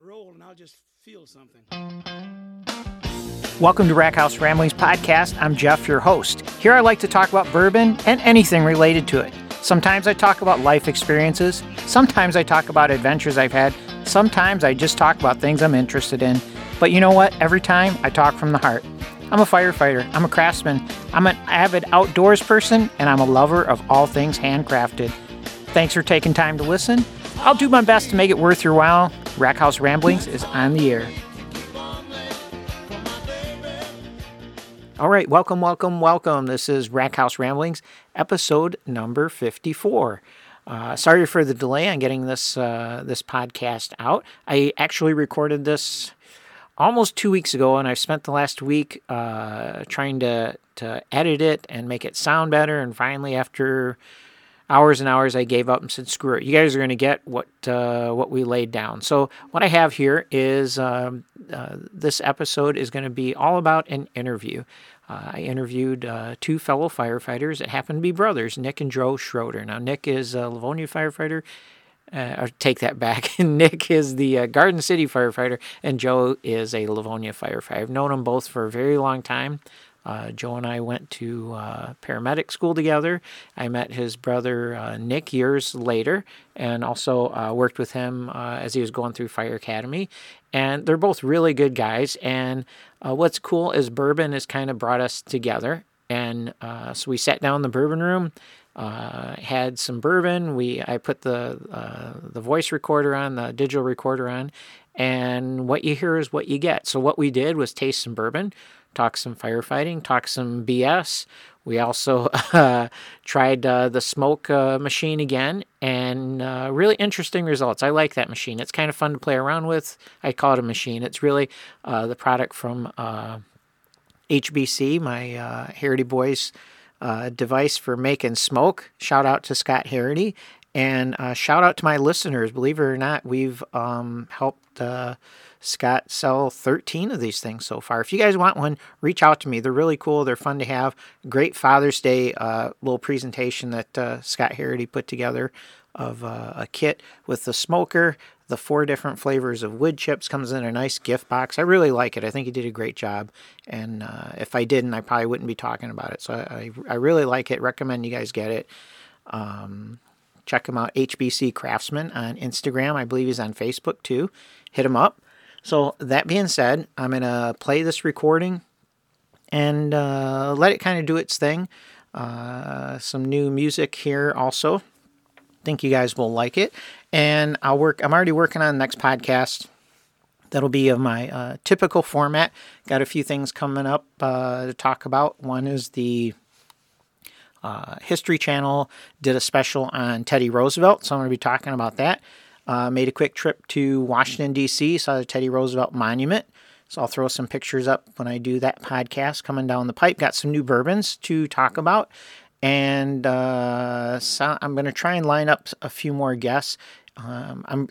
roll and I'll just feel something. Welcome to Rackhouse Ramblings Podcast. I'm Jeff, your host. Here I like to talk about bourbon and anything related to it. Sometimes I talk about life experiences, sometimes I talk about adventures I've had, sometimes I just talk about things I'm interested in. But you know what? Every time I talk from the heart. I'm a firefighter, I'm a craftsman, I'm an avid outdoors person, and I'm a lover of all things handcrafted. Thanks for taking time to listen. I'll do my best to make it worth your while. Rackhouse Ramblings is on the air. All right, welcome, welcome, welcome. This is Rackhouse Ramblings, episode number 54. Uh, sorry for the delay on getting this uh, this podcast out. I actually recorded this almost two weeks ago, and I've spent the last week uh, trying to to edit it and make it sound better. And finally, after hours and hours, I gave up and said, "Screw it! You guys are going to get what uh, what we laid down." So what I have here is um, uh, this episode is going to be all about an interview. Uh, I interviewed uh, two fellow firefighters that happen to be brothers, Nick and Joe Schroeder. Now Nick is a Livonia firefighter. Uh, or take that back. Nick is the uh, Garden City firefighter, and Joe is a Livonia firefighter. I've known them both for a very long time. Uh, Joe and I went to uh, paramedic school together. I met his brother uh, Nick years later and also uh, worked with him uh, as he was going through Fire Academy. And they're both really good guys. And uh, what's cool is bourbon has kind of brought us together. And uh, so we sat down in the bourbon room, uh, had some bourbon. We I put the uh, the voice recorder on, the digital recorder on, and what you hear is what you get. So what we did was taste some bourbon, talk some firefighting, talk some BS. We also uh, tried uh, the smoke uh, machine again, and uh, really interesting results. I like that machine. It's kind of fun to play around with. I call it a machine. It's really uh, the product from. Uh, HBC, my uh, Harity Boys uh, device for making smoke. Shout out to Scott Harity. And uh, shout out to my listeners. Believe it or not, we've um, helped uh, Scott sell 13 of these things so far. If you guys want one, reach out to me. They're really cool. They're fun to have. Great Father's Day uh, little presentation that uh, Scott Harity put together of uh, a kit with the smoker, the four different flavors of wood chips comes in a nice gift box. I really like it. I think he did a great job. And uh, if I didn't, I probably wouldn't be talking about it. So I, I, I really like it. Recommend you guys get it. Um, check him out, HBC Craftsman on Instagram. I believe he's on Facebook too. Hit him up. So that being said, I'm going to play this recording and uh, let it kind of do its thing. Uh, some new music here also think you guys will like it. And I'll work. I'm already working on the next podcast. That'll be of my uh, typical format. Got a few things coming up uh, to talk about. One is the uh, History Channel did a special on Teddy Roosevelt, so I'm going to be talking about that. Uh, made a quick trip to Washington D.C. Saw the Teddy Roosevelt Monument. So I'll throw some pictures up when I do that podcast coming down the pipe. Got some new bourbons to talk about and uh, so I'm going to try and line up a few more guests. Um, I'm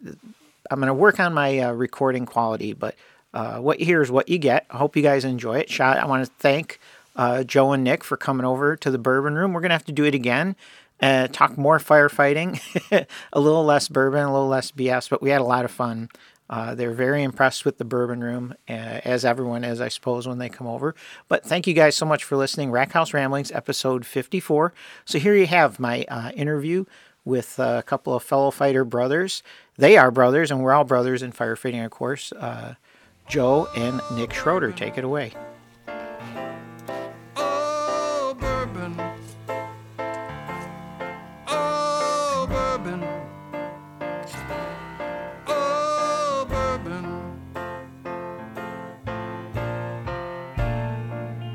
I'm going to work on my uh, recording quality, but uh, what you hear is what you get. I hope you guys enjoy it. Shot. I want to thank uh, Joe and Nick for coming over to the Bourbon Room. We're going to have to do it again. Uh, talk more firefighting, a little less bourbon, a little less BS, but we had a lot of fun. Uh, they're very impressed with the bourbon room, uh, as everyone is, I suppose, when they come over. But thank you guys so much for listening. Rackhouse Ramblings, episode 54. So here you have my uh, interview with uh, a couple of fellow fighter brothers. They are brothers, and we're all brothers in firefighting, of course. Uh, Joe and Nick Schroeder, take it away. Oh, bourbon. Oh, bourbon. Oh, bourbon.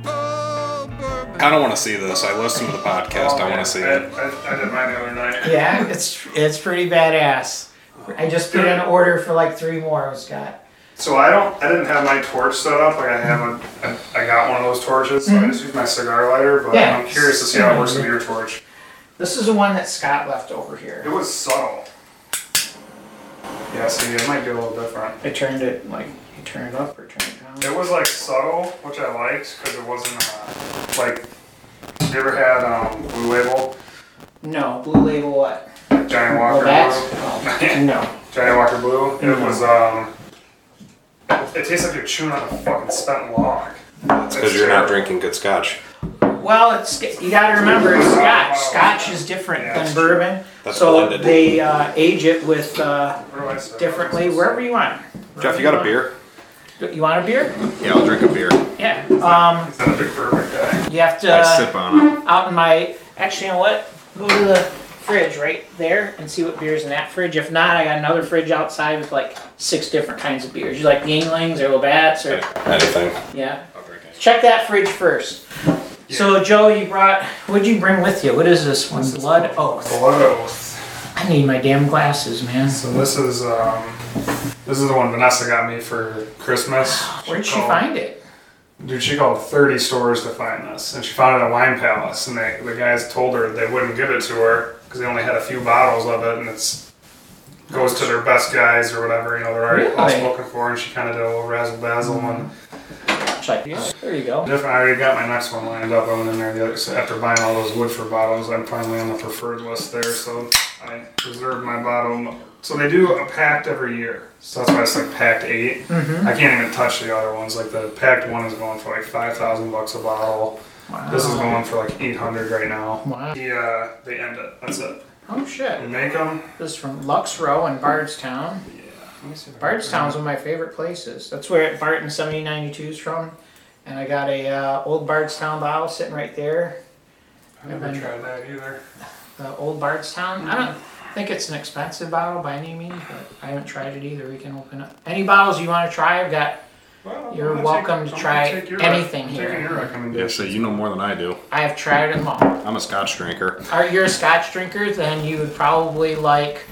Oh, bourbon. I don't want to see this. I listened to the podcast. I want to see I, it. I, I did mine the other night. Yeah, it's it's pretty badass. I just put in an order for like three more, Scott. So I don't. I didn't have my torch set up. Like I have a. I, I got one of those torches. So I just use my cigar lighter. But Mm-hmm. Yeah. Mm-hmm. I'm curious to see how it works with your torch. This is the one that Scott left over It here. was subtle. Yeah. See, it might be a little different. I turned it like you turned it up or turned it down. It was like subtle, which I liked because it wasn't uh, like. You ever had um, Blue Label, No, blue label what? like Johnny Well, Walker that's Blue? oh, no. Johnny Walker Blue. It was um, It tastes like you're chewing on a fucking spent log. That's Because you're not drinking good scotch. Well, it's you got to remember it's Scotch. Scotch is different than bourbon, That's so blended. they uh, age it with uh, differently wherever you want. Jeff, you got a beer? You want a beer? Yeah, I'll drink a beer. Yeah. Um, Is that a big bourbon guy? you have to I sip on it. out in my. Actually, you know what? Go to the fridge right there and see what beers in that fridge. If not, I got another fridge outside with like six different kinds of beers. You like Yinglings or Labatt's or Anything. yeah. Check that fridge first. So Joe, you brought. What'd you bring with you? What is this one? Blood Oath. Blood Oath. I need my damn glasses, man. So this is um, this is the one Vanessa got me for Christmas. Where'd she Oh. called- find it? Dude, she called 30 stores to find this, and she found it at Wine Palace, and they, the guys told her they wouldn't give it to her because they only had a few bottles of it, and it's goes to their best guys or whatever, you know, they're already all Really? Mm-hmm. spoken for, and she kind of did a little razzle dazzle one. It's like, yeah, there you go. Different. I already got my next one lined up. I went in there the other, so after buying all those Woodford bottles. I'm finally on the preferred list there, so I reserved my bottle. So they do a packed every year, so that's why it's like packed 8 Mm-hmm. I can't even touch the other ones. Like the packed one is going for like five thousand bucks a bottle. This is going for like eight hundred right now. Wow. Yeah, they end it. That's it. Oh They shit! make them. This is from Lux Row in Bardstown. Let me see if I can- Bardstown's one of my favorite places. That's where Barton 7092 is from. And I got a uh, old Bardstown bottle sitting right there. I never tried that either. The old Bardstown. I don't think it's an expensive bottle by any means, but I haven't tried it either. We can open up any bottles you want to try. I've got. Well, I'm You're gonna welcome I'm to gonna try take your- anything I'm here. Taking your recommendation. Yeah, so you know more than I do. I have tried them all. I'm a scotch drinker. Are you a Scotch drinker? Then you would probably like.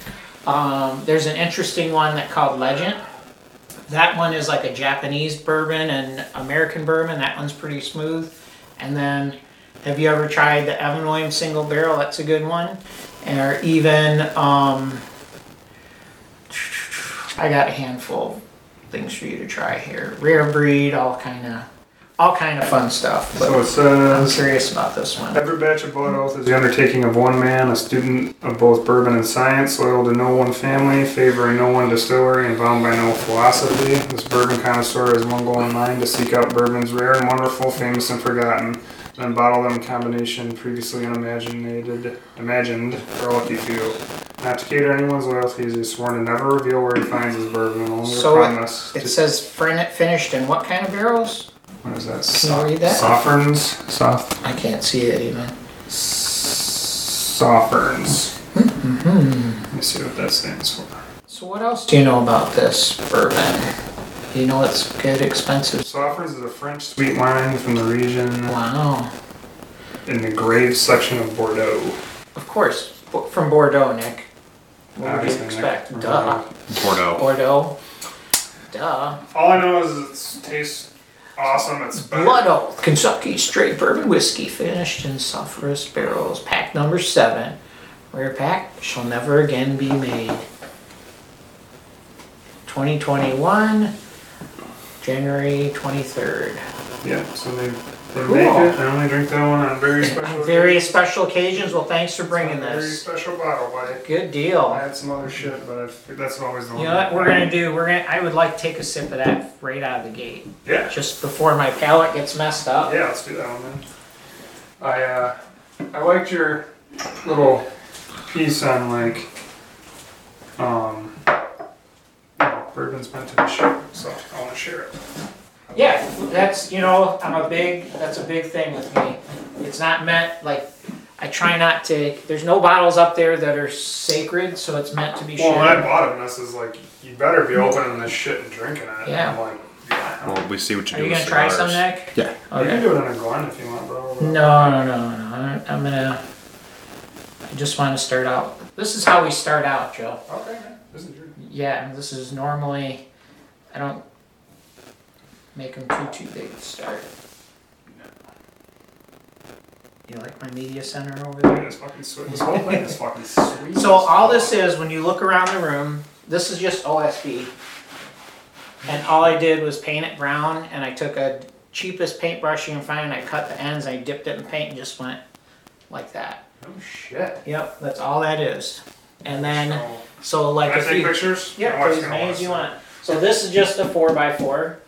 Um, there's an interesting one that called Legend. That one is like a Japanese bourbon and American bourbon. That one's pretty smooth. And then, have you ever tried the Evan Williams single barrel? That's a good one. Or even, um, I got a handful of things for you to try here. Rare breed, all kind of, all kind of fun stuff. But So it I'm says curious about this one. Every batch of Blood Oath is the undertaking of one man, a student of both bourbon and science, loyal to no one family, favoring no one distillery, and bound by no philosophy. This bourbon connoisseur has one goal in mind to seek out bourbons rare and wonderful, famous and forgotten, and then bottle them in combination previously unimagined, imagined for a lucky few. Not to cater anyone's loyalties, he's sworn to never reveal where he finds his bourbon, only So it- promise. It to- says fin- finished in what kind of barrels? what is that? you Sof- read that? Sofferns? Soft. I can't see it even. Sofferns. Let me see what that stands for. So what else do you know about this bourbon? You know it's good, expensive. Sofferns is a French sweet wine from the region Wow. in the Graves section of Bordeaux. Of course, bo- from Bordeaux, Nick. What would you Obviously, Nick, expect? from Duh. Bordeaux. Bordeaux. Duh. All I know is it tastes awesome. It's better. Blood Oath, Kentucky straight bourbon whiskey, finished in sulfurous barrels. Pack number seven. Rare pack shall never again be made. 2021, January 23rd. Yeah, so they, they Cool. make it. I only drink that one on very special Very special occasions. Well, thanks for occasions. bringing On a Very this. special bottle, buddy. Good I deal. had some other shit, but I, fig- that's always the You one. know what we're gonna do? We're gonna. I would like to take a sip of that right out of the gate, Yeah. just before my palate gets messed up. Yeah, let's do that one then. I uh, I liked your little piece on like um you know, bourbon's meant to be shared, so I want to share it. Yeah, that's you know, I'm a big. That's a big thing with me. It's not meant like. I try not to. There's no bottles up there that are sacred, so it's meant to be Well, when I shared. bought it, Vanessa's like, you better be opening this shit and drinking it. And Yeah. I'm like, yeah. Well, we see what you Are do you with gonna try some, cigars. Nick? Yeah. You can Okay. do it on a Glen if you want, bro. No, no, no, no. I'm- I'm gonna. I just want to start out. This is how we start out, Joe. Okay, man. This is your. Yeah, and this is normally, I don't make them too, too big to start. You like my media center over there? Dude, it's fucking sweet. This whole thing is fucking sweet. So all this is, when you look around the room, this is just OSB. And all I did was paint it brown and I took a cheapest paintbrush you can find and I cut the ends, I dipped it in paint and just went like that. Oh shit. Yep, that's all that is. And then, So, so can like I if you. take pictures? Yeah, My wife's for as gonna many watch as you that. want. So this is just a four by four.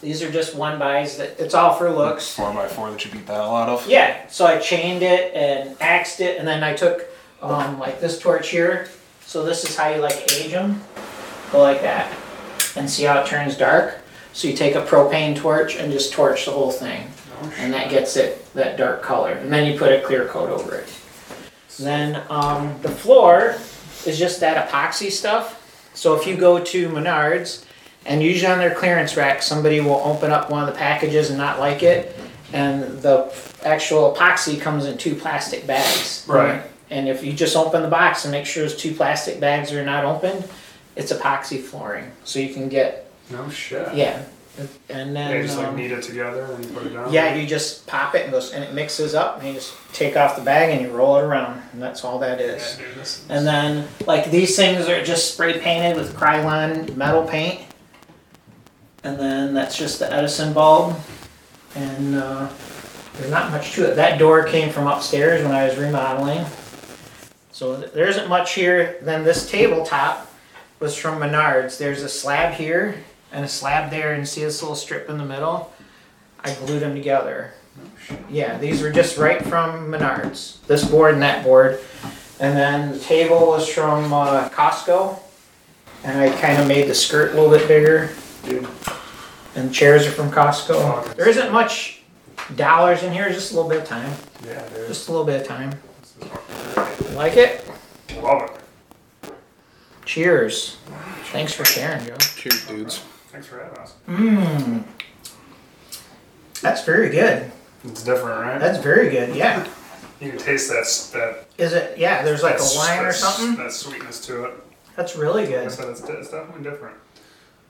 These are just one bys. That it's all for looks. Four by four that you beat the hell out of. Yeah. So I chained it and axed it, and then I took um, like this torch here. So this is how you like age them. Go like that, and see how it turns dark. So you take a propane torch and just torch the whole thing, and that gets it that dark color. And then you put a clear coat over it. Then um, the floor is just that epoxy stuff. So if you go to Menards, and usually on their clearance rack, somebody will open up one of the packages and not like it, and the actual epoxy comes in two plastic bags. Right. And if you just open the box and make sure those two plastic bags are not opened, it's epoxy flooring. So you can get No shit. yeah, and then They just like um, knead it together and put it down. yeah, you just pop it and goes and it mixes up, and you just take off the bag and you roll it around, and that's all that is. Yeah, dude, this- And then, like, these things are just spray painted with Krylon metal paint. And then that's just the Edison bulb. And uh, there's not much to it. That door came from upstairs when I was remodeling. So th- there isn't much here. Then this tabletop was from Menards. There's a slab here and a slab there, and see this little strip in the middle? I glued them together. Yeah, these were just right from Menards. This board and that board. And then the table was from uh, Costco, and I kind of made the skirt a little bit bigger. Dude. And chairs are from Costco. There isn't much dollars in here, just a little bit of time. Yeah, dude. Just a little bit of time. Like it? Love it. Cheers. Thanks for sharing, Joe. Cheers, dudes. Thanks for having us. Mmm. That's very good. It's different, right? That's very good. Yeah. you can taste that s- that. Is it? Yeah. There's like a that's- wine or that's- something. That sweetness to it. That's really Like good. I said, it's, it's definitely different.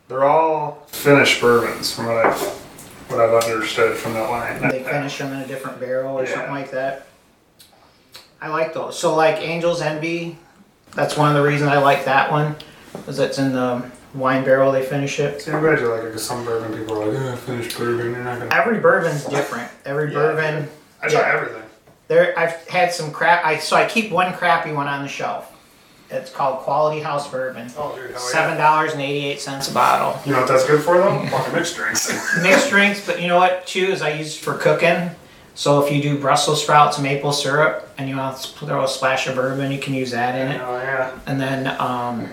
They're all finished bourbons, from what I've what I've understood from that line. They finish them in a different barrel or Yeah. something like that. I like those. So like Angel's Envy, that's one of the reasons I like that one, is it's in the wine barrel they finish it. See, I'm glad you like it because some bourbon people are like, "Ugh, finished bourbon. You're not gonna. Every bourbon's different. Every Yeah. bourbon, I try yeah. everything. there I've had some crap. I so I keep one crappy one on the shelf. It's called Quality House Bourbon. Oh, dude, how Seven dollars and eighty-eight cents a bottle. You know what that's good for though? Fucking mixed drinks. mixed drinks, but you know what too is I use for cooking. So if you do Brussels sprouts, maple syrup, and you want to throw a splash of bourbon, you can use that in it. Oh yeah. And then um,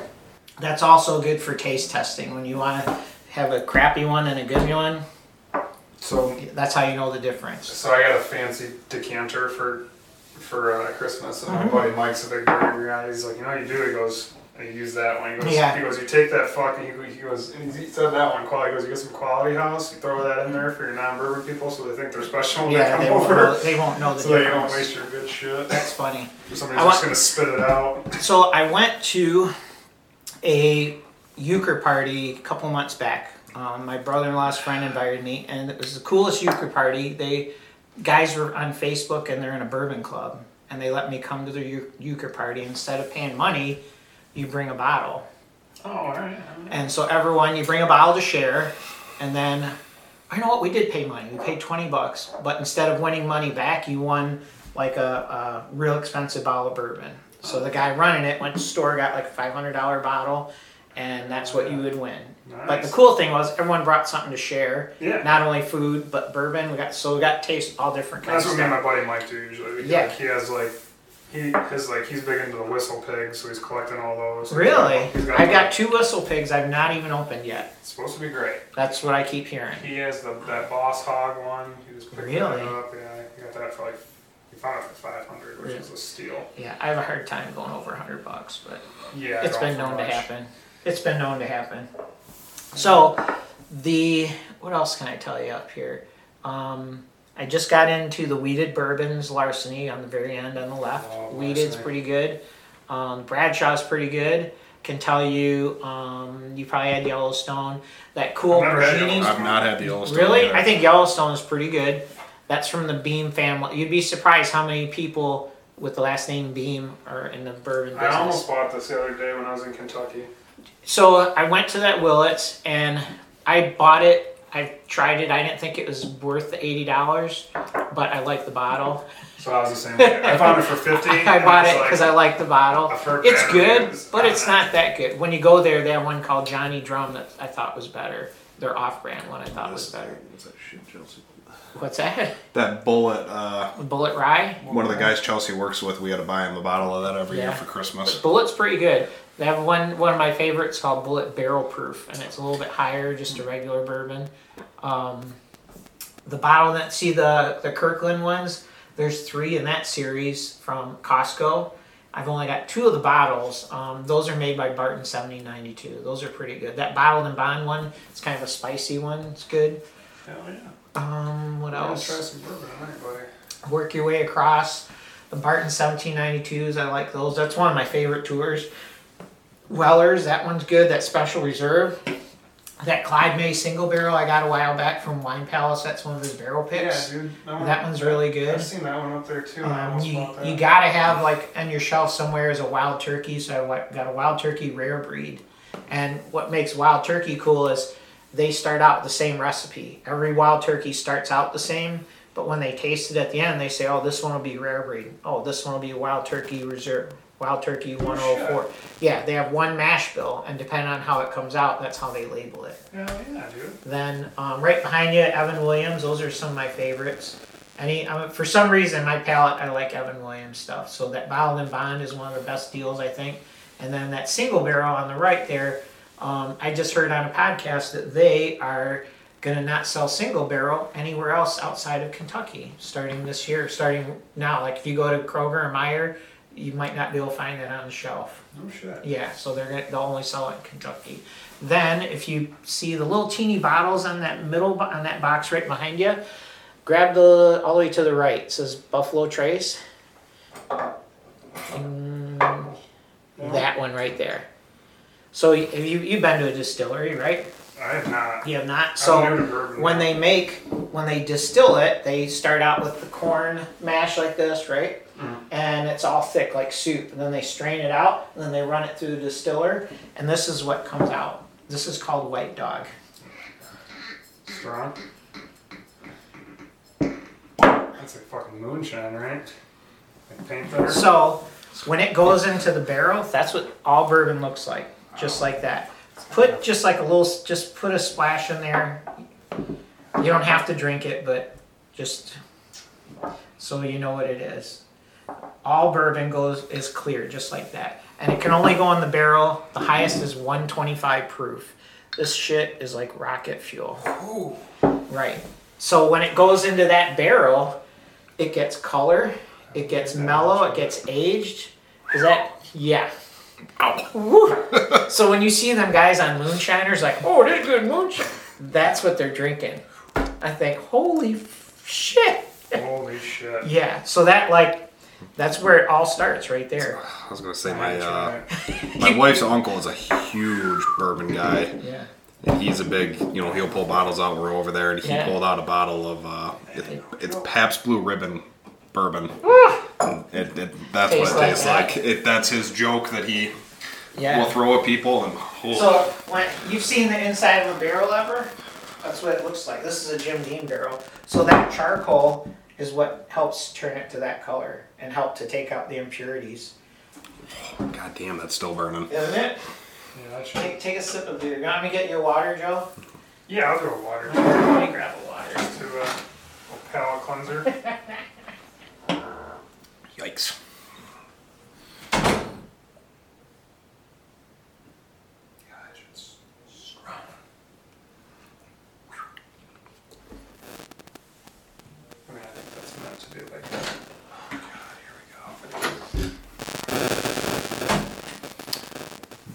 that's also good for taste testing. When you want to have a crappy one and a good one, So that's how you know the difference. So I got a fancy decanter for for uh, Christmas, and Mm-hmm. my buddy Mike's a big bourbon guy. He's like, you know, what you do. He goes, and you use that one. He goes, Yeah. he goes, you take that fucking. He, go- he goes, and he said that one quality. He goes, you get some quality house. You throw that in there for your non-bourbon people, so they think they're special when Yeah, they they come won't know, over. they won't know the So that you don't difference. waste your good shit. That's funny. Somebody's just I want- gonna spit it out. So I went to a euchre party a couple months back. Um, my brother-in-law's friend invited me, and it was the coolest euchre party. They guys were on Facebook, and they're in a bourbon club, and they let me come to their eu- euchre party. Instead of paying money, you bring a bottle, Oh, all right. and so everyone you bring a bottle to share, and then I know what we did pay money. We paid twenty bucks, but instead of winning money back, you won like a, a real expensive bottle of bourbon. So the guy running it went to the store, got like a five hundred dollar bottle, and that's what you would win. But the Nice. cool thing was everyone brought something to share. Yeah. Not only food but bourbon. We got so we got to taste all different kinds That's of what me and stuff. my buddy Mike do usually. Yeah. Like, he has like. He his like he's big into the whistle pig, so he's collecting all those. Really? He's got, I've got two whistle pigs I've not even opened yet. It's supposed to be great. That's what I keep hearing. He has the that boss hog one. He just picked that Really? up. Yeah, he got that for like he found it for five hundred, which is a steal. Yeah, I have a hard time going over hundred bucks, but Yeah, it's I don't been known to much. happen. It's been known to happen. So, the what else can I tell you up here? Um, I just got into the weeded bourbons larceny on the very end on the left. Oh, Weeded's larceny. pretty good. Um, Bradshaw's pretty good. Can tell you, um, you probably had Yellowstone. That cool I've never had Virgini's Yellowstone. I've not had the Yellowstone. Really? yet. I think Yellowstone is pretty good. That's from the Beam family. You'd be surprised how many people with the last name Beam are in the bourbon business. I almost bought this the other day when I was in Kentucky. So I went to that Willits and I bought it. I tried it. I didn't think it was worth the eighty dollars, but I like the bottle. So I was the same way. I found it for 50 I bought it because I like the bottle. I've heard It's bad good, reviews but on it's that. not that good. When you go there, they have one called Johnny Drum that I thought was better. Their off-brand one I thought was better. What's that shit, Chelsea? What's that? That bullet. Uh, Bullet Rye? one of the guys Chelsea works with, we had to buy him a bottle of that every Yeah. year for Christmas. Bullet's pretty good. They have one one of my favorites called Bullet Barrel Proof, and it's a little bit higher, just a regular bourbon. Um, the bottle that see the the Kirkland ones, there's three in that series from Costco. I've only got two of the bottles. Um, those are made by Barton 7092. Those are pretty good. That bottled and bond one, it's kind of a spicy one. It's good. Hell yeah. Um, what I'll else? try some bourbon tonight, buddy. work your way across the Barton 1792s. I like those. That's one of my favorite tours. Weller's, that one's good. That Special Reserve. That Clyde May single barrel I got a while back from Wine Palace. That's one of his barrel picks. Yeah, dude. That one's really good. I've seen that one up there too. I Um, almost you, bought that. you gotta have like on your shelf somewhere is a wild turkey. So I wa- got a wild turkey rare breed, and what makes wild turkey cool is they start out the same recipe. Every wild turkey starts out the same, but when they taste it at the end, they say, "Oh, this one will be rare breed. Oh, this one will be wild turkey reserve." Wild Turkey Oh, 104. Yeah, they have one mash bill, and depending on how it comes out, that's how they label it. Hell yeah, dude. Then um, right behind you, Evan Williams. Those are some of my favorites. Any um, for some reason, my palate I like Evan Williams stuff. So that Bottled and Bond is one of the best deals I think. And then that single barrel on the right there, um, I just heard on a podcast that they are gonna not sell single barrel anywhere else outside of Kentucky starting this year. Starting now, like if you go to Kroger or Meyer, you might not be able to find it on the shelf. No shit. Yeah, so they're gonna, they'll only sell it in Kentucky. Then, if you see the little teeny bottles on that middle bo- on that box right behind you, grab the all the way to the right. It says Buffalo Trace. Mm, that one right there. So y- have you you've been to a distillery, right? I have not. You have not. new to So bourbon. when they make, when they distill it, they start out with the corn mash like this, right? And it's all thick like soup. And then they strain it out, and then they run it through the distiller, and this is what comes out. This is called White Dog. Strong. That's like fucking moonshine, right? Like paint thinner. So when it goes into the barrel, that's what all bourbon looks like, just like that. Put just like a little, just put a splash in there. You don't have to drink it, but just so you know what it is. All bourbon goes is clear, just like that, and it can only go in the barrel. The highest is 125 proof. This shit is like rocket fuel. Right. So when it goes into that barrel, it gets color, it gets mellow, it gets aged. Is that yeah? Woo. so when you see them guys on moonshiners, like, oh, they're good moonshine. That's what they're drinking. I think, holy f- shit. Holy shit. Yeah. So that like, that's where it all starts right there. I was gonna say my That's uh, right. my wife's uncle is a huge bourbon guy. Yeah. And he's a big, you know, he'll pull bottles out. We're over there, and he Yeah. pulled out a bottle of uh, it, it's Pabst Blue Ribbon bourbon. It, it, that's Ah! what Tastes it like tastes that. like. It, that's his joke that he Yeah. will throw at people, and oh, So when you've seen the inside of a barrel ever, that's what it looks like. This is a Jim Dean barrel. So that charcoal is what helps turn it to that color and help to take out the impurities. god damn, that's still burning. Isn't it? Yeah, that shit. Take, take a sip of beer. You want me to get your water, Joe? Yeah, I'll go with water Let me grab a water. to uh, a palate cleanser. Yikes! I mean, I think that's meant to be like that. Oh,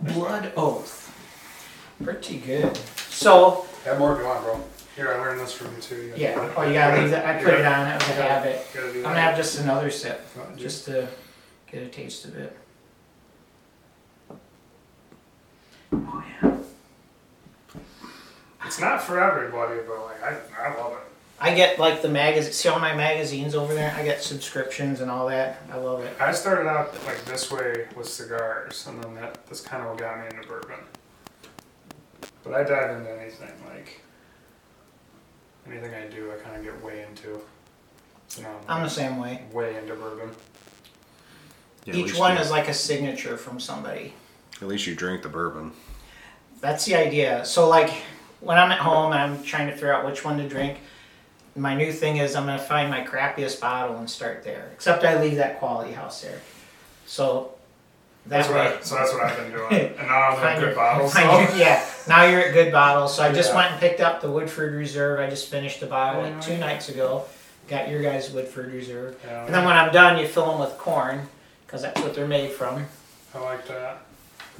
Blood oath. Pretty good. So Have more if you want, bro. Here, I learned this from you too. You yeah. Oh, you gotta leave that. I put it on. It was a You gotta- habit. you gotta do I'm that. gonna have just another sip, just to get a taste of it. Oh yeah. It's not for everybody, but like I, I love it. I get like the magazine. See all my magazines over there. I get subscriptions and all that. I love it. I started out like this way with cigars, and then that that's kind of what got me into bourbon. But I dive into anything like Anything I do, I kind of get way into. You know, I'm the same way. way into bourbon. Yeah, at Each least one you- is like a signature from somebody. At least you drink the bourbon. That's the idea. So like when I'm at home and I'm trying to figure out which one to drink, my new thing is I'm gonna find my crappiest bottle and start there. Except I leave that quality house there. So That's that what way, I, so that's what I've been doing. And now I'm find in your- good bottles. find So. your- yeah. Now you're at good bottles. So I just Yeah. Oh, went and picked up the Woodford Reserve. I just finished the bottle like two nights ago. Got your guys' Woodford Reserve. Yeah, And then when I'm done, you fill them with corn because that's what they're made from. I like that.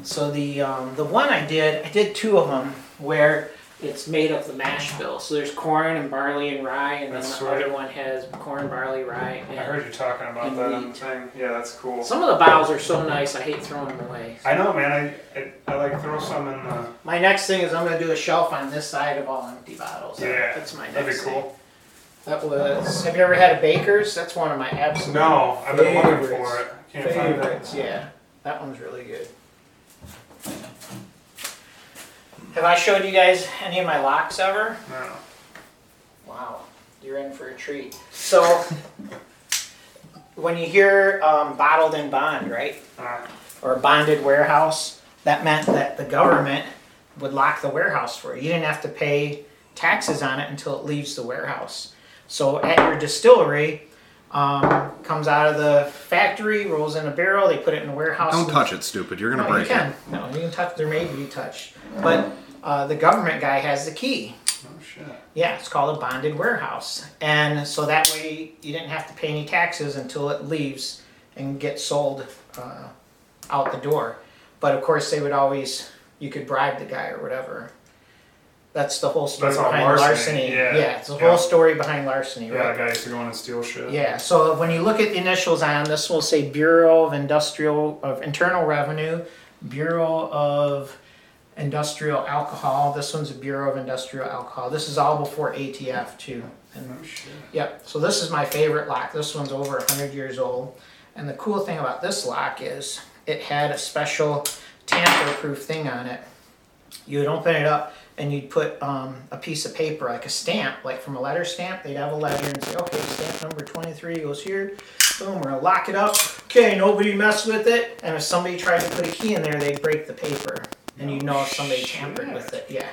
So the um, the one I did, I did two of them where it's made of the mash bill. So there's corn and barley and rye, and then That's the right. other one has corn, barley, rye. I And heard you talking about And that we- on the thing. Yeah, that's cool. some of the bottles are so nice, I hate throwing them away. I know, man. I, I, I like throw some in the. My next thing is I'm gonna do a shelf on this side of all empty bottles. Yeah, that's my next. That'd be Thing. cool. That was. Have you ever had a Baker's? That's one of my absolute No, I've been looking for it. Favorites. Can't favorites. Yeah, that one's really good. Have I showed you guys any of my locks ever? find it. No. Wow, you're in for a treat. So, when you hear um, bottled in bond, right, Uh, or bonded warehouse, that meant that the government would lock the warehouse for you. You didn't have to pay taxes on it until it leaves the warehouse. So, at your distillery, um, comes out of the factory, rolls in a barrel, they put it in a warehouse. Don't touch it, stupid. You're gonna No, you break can. it. No, you can touch. They're made to be touched. But uh, the government guy has the key. oh shit. Yeah, it's called a bonded warehouse. And so that way you didn't have to pay any taxes until it leaves and gets sold uh, out the door. But of course, they would always, you could bribe the guy or whatever. That's the whole story That's all behind larceny, larceny. yeah. it's the Yeah. whole story behind larceny, Yeah, right? the guy used to go in and steal shit. Yeah, so when you look at the initials on this, will say Bureau of Industrial of Internal Revenue, Bureau of Industrial Alcohol. This one's a Bureau of Industrial Alcohol. This is all before ATF too. And Oh shit. yep, so this is my favorite lock. This one's over 100 years old. And the cool thing about this lock is it had a special tamper-proof thing on it. You would open it up and you'd put um, a piece of paper, like a stamp, like from a letter stamp. They'd have a letter and say, okay, stamp number 23 goes here. Boom, we're going to lock it up. Okay, nobody mess with it. And if somebody tried to put a key in there, they'd break the paper. And you'd know if somebody tampered with it. Yeah.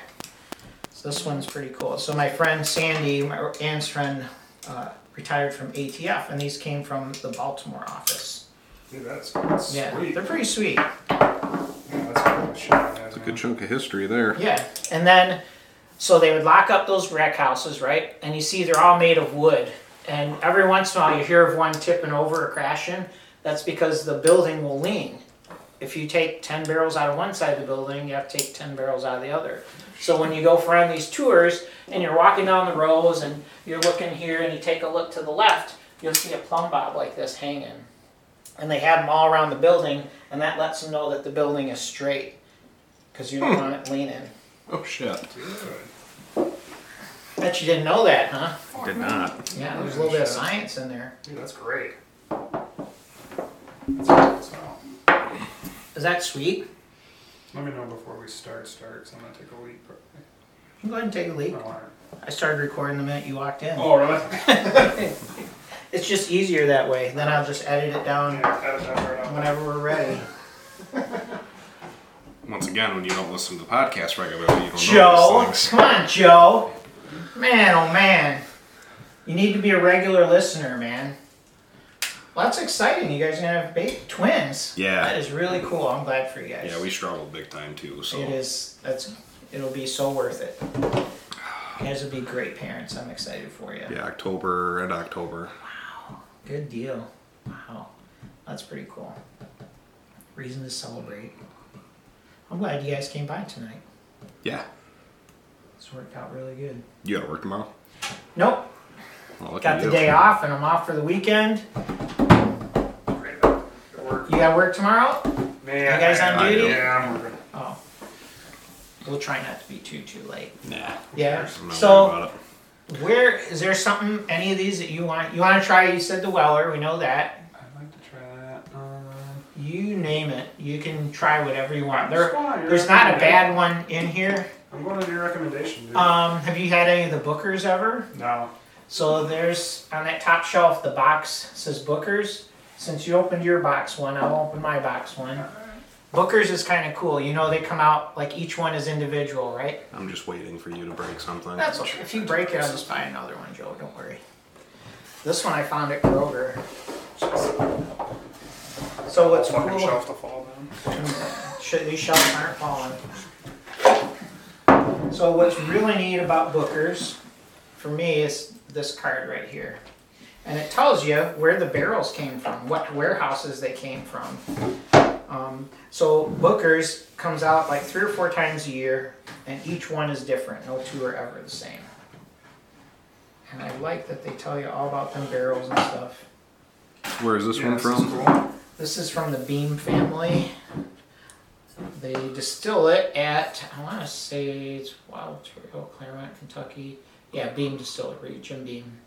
So this one's pretty cool. So my friend Sandy, my Ann's friend, uh, retired from ATF, and these came from the Baltimore office. Dude, that's, that's Yeah, sweet. they're pretty sweet. Yeah, that's cool shit. That's It's a good chunk of history there. Yeah, and then so they would lock up those wreck houses, right? And you see they're all made of wood, and every once in a while you hear of one tipping over or crashing. That's because the building will lean. If you take ten barrels out of one side of the building, you have to take ten barrels out of the other. So when you go for on these tours and you're walking down the rows and you're looking here and you take a look to the left, you'll see a plumb bob like this hanging. And they have them all around the building, and that lets them know that the building is straight because you don't want it leaning. Oh shit. Bet you didn't know that, huh? Did not. Yeah, there's a little bit of science in there. Dude, that's great. So, Is that sweet? let me know before we start. Start. So I'm gonna take a leak. but- You go ahead and take a leak. I want it. I started recording the minute you walked in. Oh really? It's just easier that way. Then I'll just edit it down Yeah, edit that part out. whenever we're ready. Once again, when you don't listen to the podcast regularly, you don't know Joe, these things. come on, Joe. Man, oh man, you need to be a regular listener, man. Well, that's exciting. You guys are gonna have ba- twins. Yeah. That is really cool. I'm glad for you guys. Yeah, we struggled big time too. So It is. That's. It'll be so worth it. You guys will be great parents. I'm excited for you. yeah, October and October. Good deal. Wow. That's pretty cool. Reason to celebrate. I'm glad you guys came by tonight. Yeah, It's worked out really good. you gotta work tomorrow. Nope. Well, look Got at the you. day off and I'm off for the weekend. You got work tomorrow? Man, You guys on I- duty? Yeah, I'm working. Oh. We'll try not to be too too late. Nah, Yeah. I'm not worried So about it. where is there something any of these that you want you wanna try, you said the Weller, we know that. I'd like to try that. Um, You name it. You can try whatever you want. Just There wanna- there's not a bad one in here. I'm going to your recommendation, dude. Um, have you had any of the Bookers ever? no. So there's on that top shelf, the box says Bookers. Since you opened your box one, I'll open my box one. Bookers is kind of cool. You know, they come out like each one is individual, right? I'm just waiting for you to break something. That's okay. If you break it, I'll just buy another one, Joe. Don't worry. This one I found at Kroger. So what's Fucking cool? shelf to fall down. Shit, these shelves aren't falling. So what's really neat about Booker's, for me, is this card right here. And it tells you where the barrels came from, what warehouses they came from. Um, so Booker's comes out like three or four times a year, and each one is different. No two are ever the same. And I like that they tell you all about them barrels and stuff. Where is this Yeah, one this is from? cool. This is from the Beam family. They distill it at, I want to say it's Wild Trail, Claremont, Kentucky. Yeah, Beam Distillery, Jim Beam.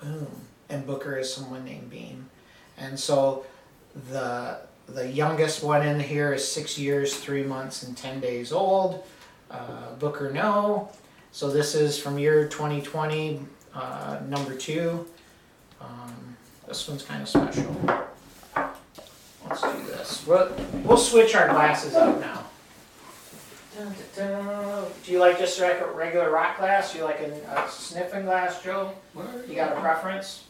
Boom. And Booker is someone named Beam. And so the the youngest one in here is six years, three months, and 10 days old. Uh, Booker No. So this is from year 2020, uh, number two. Um, this one's kind of special. Let's do this. We'll, we'll switch our glasses up now. Dun, dun, dun. Do you like just like a regular rock glass? Do you like a, a sniffing glass, Joe? You got a preference?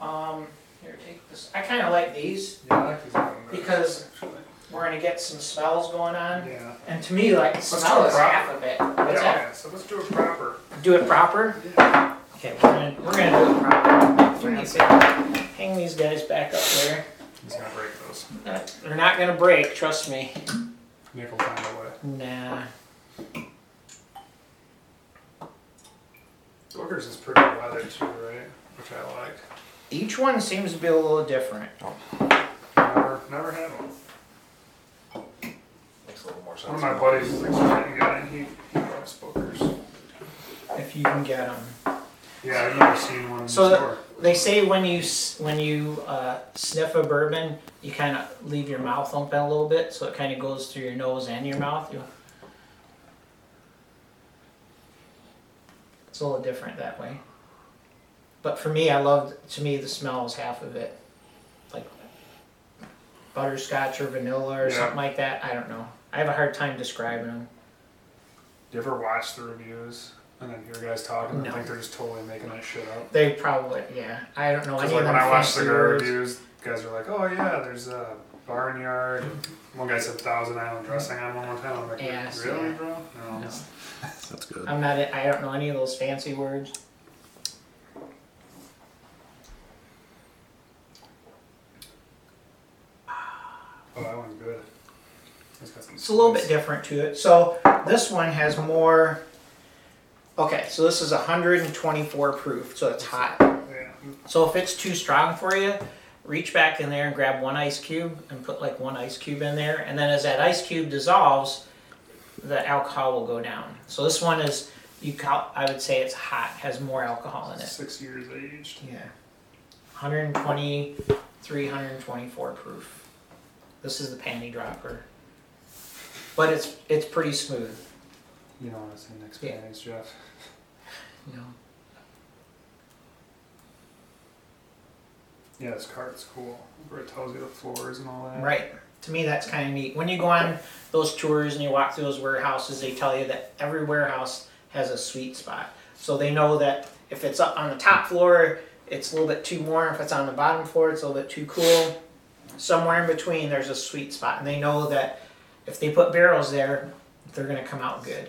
Um, here, take this. I kind of like these. Yeah, I like these one better, Because- actually. We're gonna get some smells going on. Yeah. And to me, like smell do it is proper. half of it. Yeah, What's that? yeah, so let's do it proper. Do it proper? Okay, we're gonna, we're gonna do it proper. Give me a second. Hang these guys back up there. He's gonna break those. Uh, They're not gonna break, trust me. Nick will find a way. Nah. Booker's is pretty weathered too, right? Which I like. Each one seems to be a little different. Never, never had one. Makes a little more One sense. of my buddies is like a guy, and he, he loves Booker's. If you can get them. Yeah, I've never seen one So before. They say when you s- when you uh, sniff a bourbon, you kind of leave your mouth open a little bit, so it kind of goes through your nose and your mouth. You- It's a little different that way. But for me, I love. To me, the smell is half of it, like butterscotch or vanilla or Yeah. something like that. I don't know. I have a hard time describing them. Do you ever watch the reviews and then hear guys talking and No. think they're just totally making that shit up? They probably, yeah. I don't know. Because any like when of them I watch fancy the words. reviews, guys are like, "Oh yeah, there's a barnyard." One guy said Thousand Island dressing on one more time. I'm like, Yeah, I see "Really, that. bro? No, No. That's good. I'm not. I don't know any of those fancy words. oh, that one's good." It's got some It's a little bit spice. different to it. So this one has more. Okay, so this is 124 proof, so it's hot. Yeah, So if it's too strong for you, reach back in there and grab one ice cube and put like one ice cube in there, and then as that ice cube dissolves, the alcohol will go down. So this one is you. Cal- I would say it's hot, has more alcohol in it. six years aged. Yeah. 120, 324 proof. This is the panty dropper. But it's it's pretty smooth, You know what I'm saying? Next Yeah. panties, Jeff. you know. Yeah, this card's cool. Where it tells you the floors and all that. Right. To me that's kind of neat. When you go on those tours and you walk through those warehouses, they tell you that every warehouse has a sweet spot. So they know that if it's up on the top floor, it's a little bit too warm. If it's on the bottom floor, it's a little bit too cool. Somewhere in between, there's a sweet spot, and they know that if they put barrels there, they're going to come out good.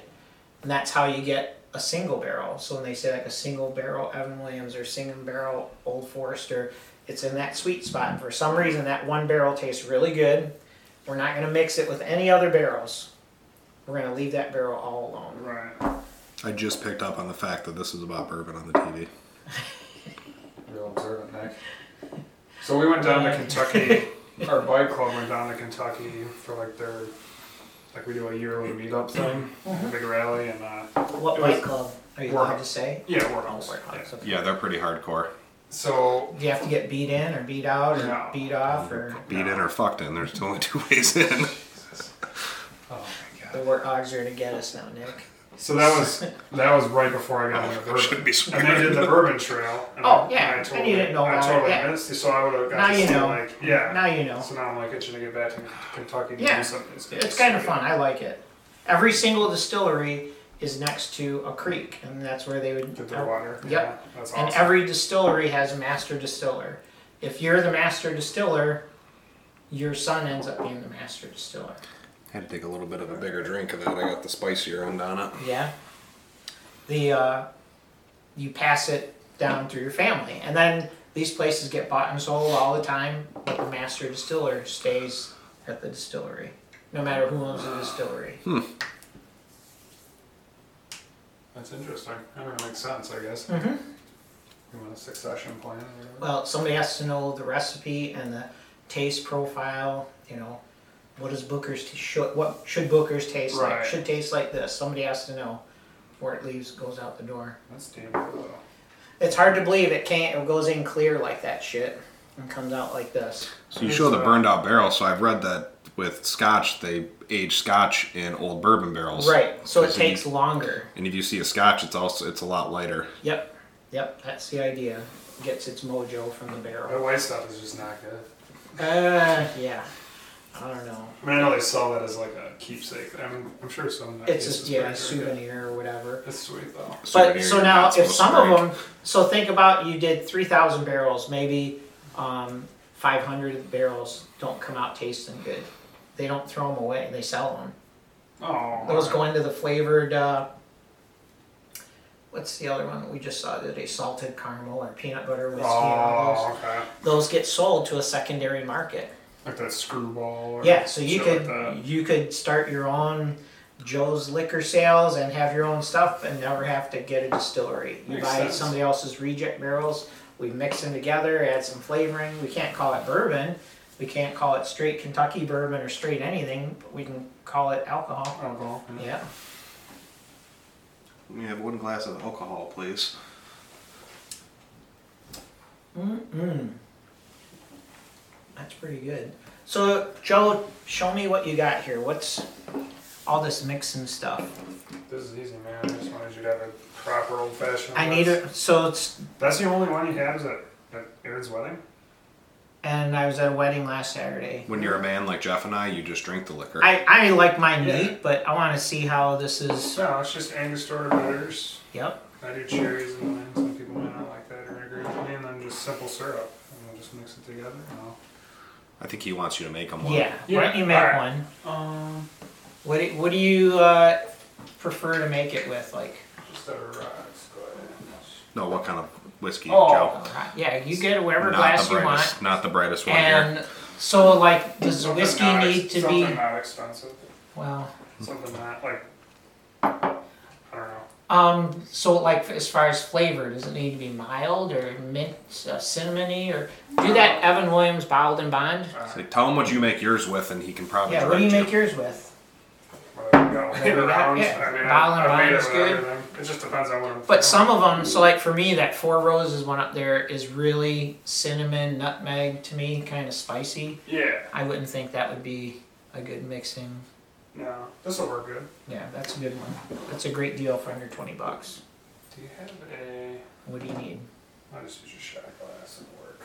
And that's how you get a single barrel. So when they say like a single barrel Evan Williams or single barrel Old Forester, it's in that sweet spot. And for some reason, that one barrel tastes really good. We're not going to mix it with any other barrels. We're going to leave that barrel all alone. Right. I just picked up on the fact that this is about bourbon on the TV. Real observant, Nick. So we went down to Kentucky. our bike club went down to Kentucky for like their, like we do a yearly meetup thing, a Mm-hmm. big rally, and uh, What It was- white club are you We're- allowed to say? yeah, Oh, warehouse. Yeah. warehouse. okay. Yeah, they're pretty hardcore. So Do you have to get beat in or beat out or No. Oh beat off or Beat in or fucked in. There's only two ways in. oh the my god, warthogs are to get us now, Nick. So that was that was right before I got into Should bourbon. be And they did swear. the bourbon trail. And Oh, I- yeah, and I and totally, you didn't know I about it, totally yeah. missed it, so I would have got Now to you see, know. like yeah. Now you know. So now I'm like itching to get back to Kentucky to Yeah. do something. good. It's kind of fun. I like it. Every single distillery is next to a creek, and that's where they would. Get their water. Yep. Yeah, that's And awesome. every distillery has a master distiller. If you're the master distiller, your son ends up being the master distiller. Had to take a little bit of a bigger drink of that. I got the spicier end on it. Yeah. The uh, you pass it down through your family, and then these places get bought and sold all the time. But the master distiller stays at the distillery, no matter who owns the distillery. That's interesting. I mean, it makes sense, I guess. You want a succession plan? Or whatever? Well, somebody has to know the recipe and the taste profile. You know, what does Booker's t- should what should Booker's taste like? Right. Should taste like this. Somebody has to know before it leaves goes out the door. That's damn good though. It's hard to believe it can't. It goes in clear like that shit and comes out like this. So you show uh, the burned out barrel. So I've read that with Scotch, they age Scotch in old bourbon barrels. Right. So it Because you- takes longer. And if you see a Scotch, it's also it's a lot lighter. Yep. Yep. That's the idea. Gets its mojo from the barrel. That white stuff is just not good. Uh, yeah. I don't know. I mean, I know they sell that as like a keepsake. I mean, I'm sure some. Of that It's case just is yeah, pretty a good. souvenir or whatever. It's sweet though. But Souvenir so you're now, not if supposed to some of drink. them, so think about you did three thousand barrels, maybe um, five hundred barrels don't come out tasting good. They don't throw them away; they sell them. Oh. Those go into the flavored. Uh, what's the other one that we just saw today? Salted caramel or peanut butter whiskey. all those. Oh, okay. those get sold to a secondary market. Like that screwball. Or Yeah, so you shit Like could that. you could start your own Joe's liquor sales and have your own stuff and never have to get a distillery. You Makes buy sense. somebody else's reject barrels, we mix them together, add some flavoring. We can't call it bourbon. We can't call it straight Kentucky bourbon or straight anything, but we can call it alcohol. Alcohol. Oh, yeah. Yeah. Let me have one glass of alcohol, please. That's pretty good. So Joe, show me what you got here. What's all this mixing stuff? This is easy, man. I just wanted you to have a proper old fashioned. I need it. So it's That's the only one you have is at, at Aaron's wedding. and I was at a wedding last Saturday. When you're a man like Jeff and I, you just drink the liquor. I, I like mine Yeah. neat, but I want to see how this is. No, it's just Angostura bitters. Yep. I do cherries and lime. Some people might not like that or agree with me, and then just simple syrup. And we'll just mix it together. And I'll I think he wants you to make him one. Yeah. Why don't you Yeah, make alright. one? Um, What do, What do you uh, prefer to make it with? Like, just over rocks. Go ahead. No, what kind of whiskey, Oh, yeah, you get Joe? whatever Not glass the you brightest. want. Not the brightest one And here. so, like, does Something whiskey not ex- need to something be? not expensive. Well, Something not like I don't know. um, so like as far as flavor, does it need to be mild or mint, uh, cinnamony, or do that Evan Williams bottled and bond? So tell him what you make yours with, and he can probably. Yeah. What do you direct make yours with? Whatever we got Whatever we got, around. yeah. I mean, Bottle I, and I bond made it is with good. everything. It just depends on what. I'm feeling. But some of them, so like for me, that Four Roses one up there is really cinnamon, nutmeg to me, kind of spicy. Yeah. I wouldn't think that would be a good mixing. No. This will work good. Yeah, that's a good one. That's a great deal for under 20 bucks. Do you have a? What do you need? I'll just use your shot glass and work.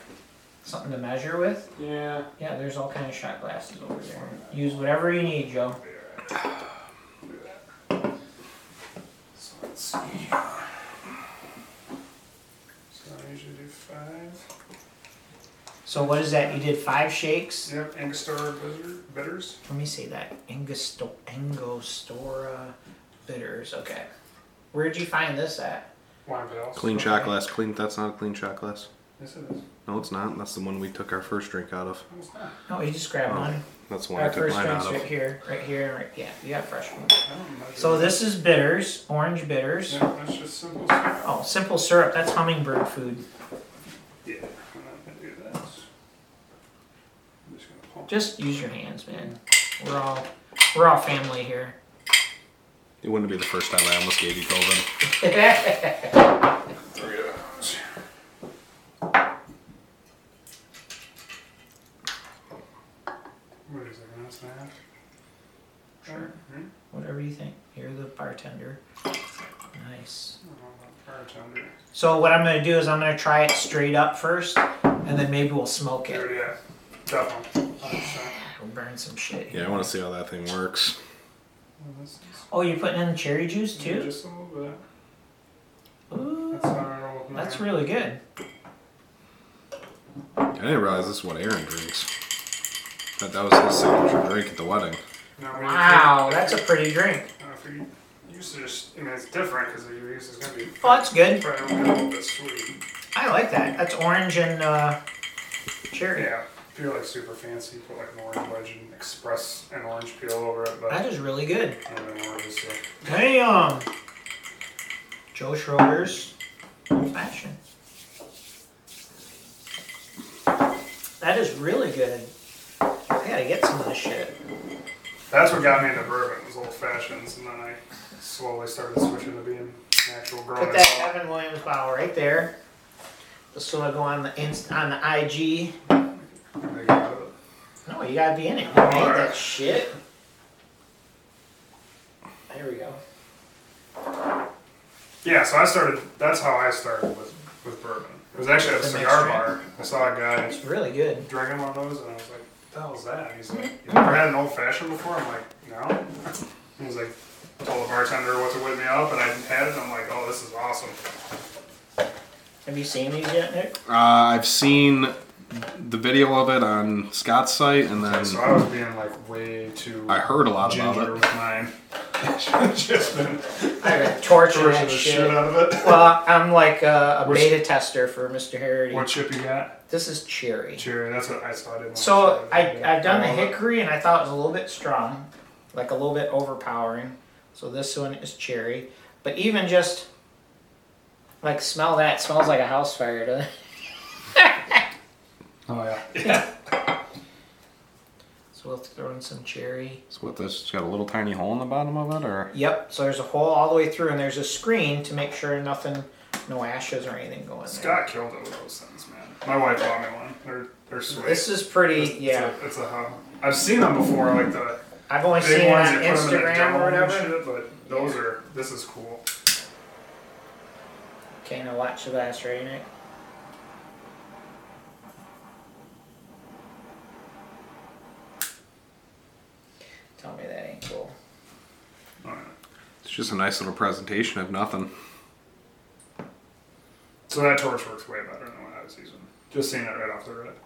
Something to measure with? Yeah. Yeah, there's all kind of shot glasses over there. Use whatever you need, Joe. I'll do that. So let's see. So I usually do five. So what is that? You did five shakes? Yep. Angostura bitter- bitters. Let me see that. Angosto- Angostura bitters. Okay. Where'd you find this at? Wine pails. Clean shot glass. Clean. That's not a clean shot glass. Yes, it is. No, it's not. That's the one we took our first drink out of. No, it's not. Oh, you just grabbed one. That's the one I Our took first mine drink's out right of. here, right here, and right, yeah, you got fresh one. I don't measure So this is bitters, orange bitters. Yeah, that's just simple stuff. Oh, simple syrup, that's hummingbird food. Yeah, I'm not gonna do that. I'm just gonna pump. Just use your hands, man. We're all, we're all family here. It wouldn't be the first time I almost gave you COVID. There we go. What is it, an ounce and a Hmm? half? Sure. Whatever whatever you think. You're the bartender. Nice. So what I'm gonna do is I'm gonna try it straight up first, and then maybe we'll smoke it. There it is. That one. 100%. We'll burn some shit. Yeah, I want to see how that thing works. Well, this is- Oh, you're putting in cherry juice too? Just a little bit. Ooh, That's how I roll with mine. that's really good. I didn't realize this is what Aaron drinks. Thought that was his signature drink at the wedding. Now, when you Wow, that's a pretty drink. drink- now, if your usage, I mean, it's different because your use is going to be Oh, that's good. probably a little bit sweet. I like that. That's orange and uh, cherry. Yeah. If you're like super fancy, put like an orange wedge and express an orange peel over it, but That is really good. I don't know, orange is like Damn. Joe Schroeder's old fashioned. That is really good. I gotta get some of this shit. That's what got me into bourbon was old fashions, and then I slowly started switching to being natural grown Put that Evan Williams bottle right there. This will go on the inst- on the IG. I got out of it. No, you gotta be in it. You made that Alright. shit. There we go. Yeah, so I started. That's how I started with with bourbon. It was actually at a The cigar mixed bar. I saw a guy It's really good. drinking one of those, and I was like, "What the hell's that?" And he's like, "You never had an old fashioned before?" I'm like, "No." He was like, told the bartender what to whip me up, and I had it. And I'm like, "Oh, this is awesome." Have you seen these yet, Nick? Uh, I've seen the video of it on Scott's site, and then So I was being like way too. I heard a lot ginger about it. with mine. Just been I've been torturing torching that the shit. shit out of it. Well, I'm like a, a Which- beta tester for Mr. Harity. What chip you got? This is cherry. Cherry, that's what I saw. I didn't So want to I, try it. I've done the love it. hickory and I thought it was a little bit strong, like a little bit overpowering. So this one is cherry. But even just like smell that, it smells like a house fire, doesn't it? Oh yeah. So we'll throw in some cherry. So what this? It's got a little tiny hole in the bottom of it, or Yep, so there's a hole all the way through and there's a screen to make sure nothing, no ashes or anything going there. Scott killed it with those things, man. My wife bought me one. They're they're sweet. This is pretty, It's- yeah. It's a, it's a hub. I've seen them before, like the I've only seen big it on ones that put them in a Instagram dome or and whatever. shit, but those are this is cool. Okay, now watch the glass, right, Nick? Tell me that ain't cool. Alright. it's just a nice little presentation of nothing. So that torch works way better than what I was using. Just seeing it right off the rip.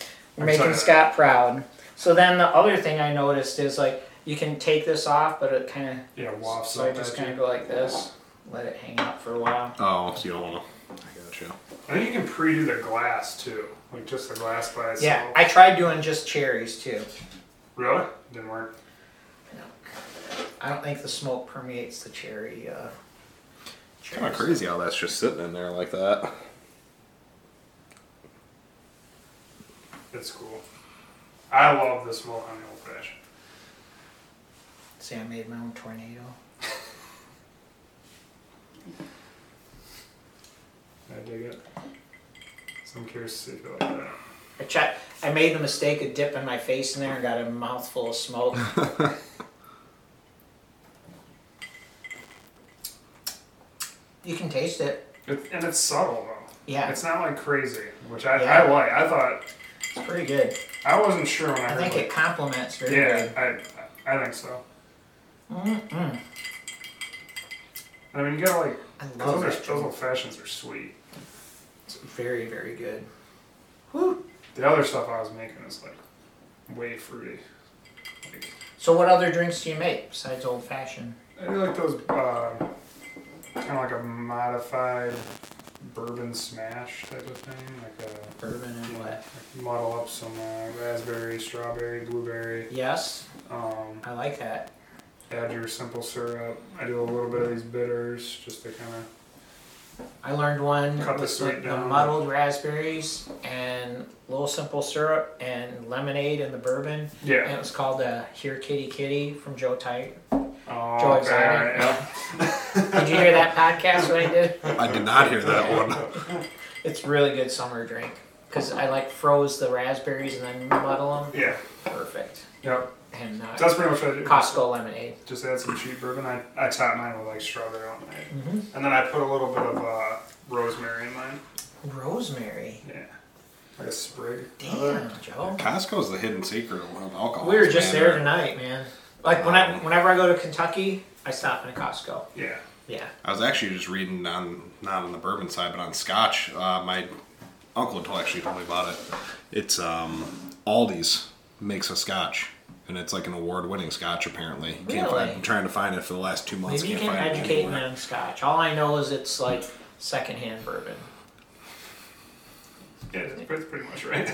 You're I'm making sorry. Scott proud. So then the other thing I noticed is like you can take this off, but it kind of Yeah, wafts so I up just at you. kind of go like this, let it hang out for a while. Oh, so you don't want to. I got you. I think you can pre-do the glass too, like just the glass by itself. Yeah, I tried doing just cherries too. really didn't work. I don't think the smoke permeates the cherry. Uh, Kind of cherries. crazy how that's just sitting in there like that. It's cool. I love the smoke on the old fashioned. See, I made my own tornado. I dig it. So I'm curious to see if you like that. I tried, I made the mistake of dipping my face in there and got a mouthful of smoke. you can taste it. It, and it's subtle though. Yeah, It's not like crazy, which I, Yeah. I like. I thought it's pretty good. I wasn't sure when I, I heard. think it like, complements very yeah, good. I I think so. Mm-mm. I mean, you gotta like I love those are it. those old fashions are sweet. It's very, very good. Whew. The other stuff I was making is like way fruity. Like So, what other drinks do you make besides old fashioned? I do like those uh, kind of like a modified bourbon smash type of thing, like a. Bourbon and what? Muddle up some uh, raspberry, strawberry, blueberry. Yes, Um, I like that. add your simple syrup. I do a little bit of these bitters just to kind of. I learned one Cut the with sweet the, the down. muddled raspberries and little simple syrup and lemonade and the bourbon. And it Yeah. was called uh, Here Kitty Kitty from Joe Tight. Oh, Joe okay, alright, Exotic. yeah. Did you hear that podcast that I did? I did not hear that one. It's really good summer drink because I like froze the raspberries and then muddle them. Yeah. Perfect. Yep. And uh, So that's pretty much what I did. Costco lemonade. Just add some cheap bourbon. I, I topped mine with like strawberry lemonade, Mm-hmm. and then I put a little bit of uh, rosemary in mine. Rosemary. Yeah, like a sprig. of Damn, it. Joe. Costco's the hidden secret of alcohol. We were just man. there tonight, man. Like when I whenever I go to Kentucky, I stop in a Costco. Yeah. Yeah. I was actually just reading on not on the bourbon side, but on Scotch. Uh, my uncle told, actually told me about it. It's um, Aldi's makes a Scotch, and it's like an award-winning Scotch. Apparently, can't Really? find, I'm trying to find it for the last two months. Maybe you can't can find it educate me anywhere. on Scotch. All I know is it's like secondhand bourbon. Yeah, that's pretty, pretty much right.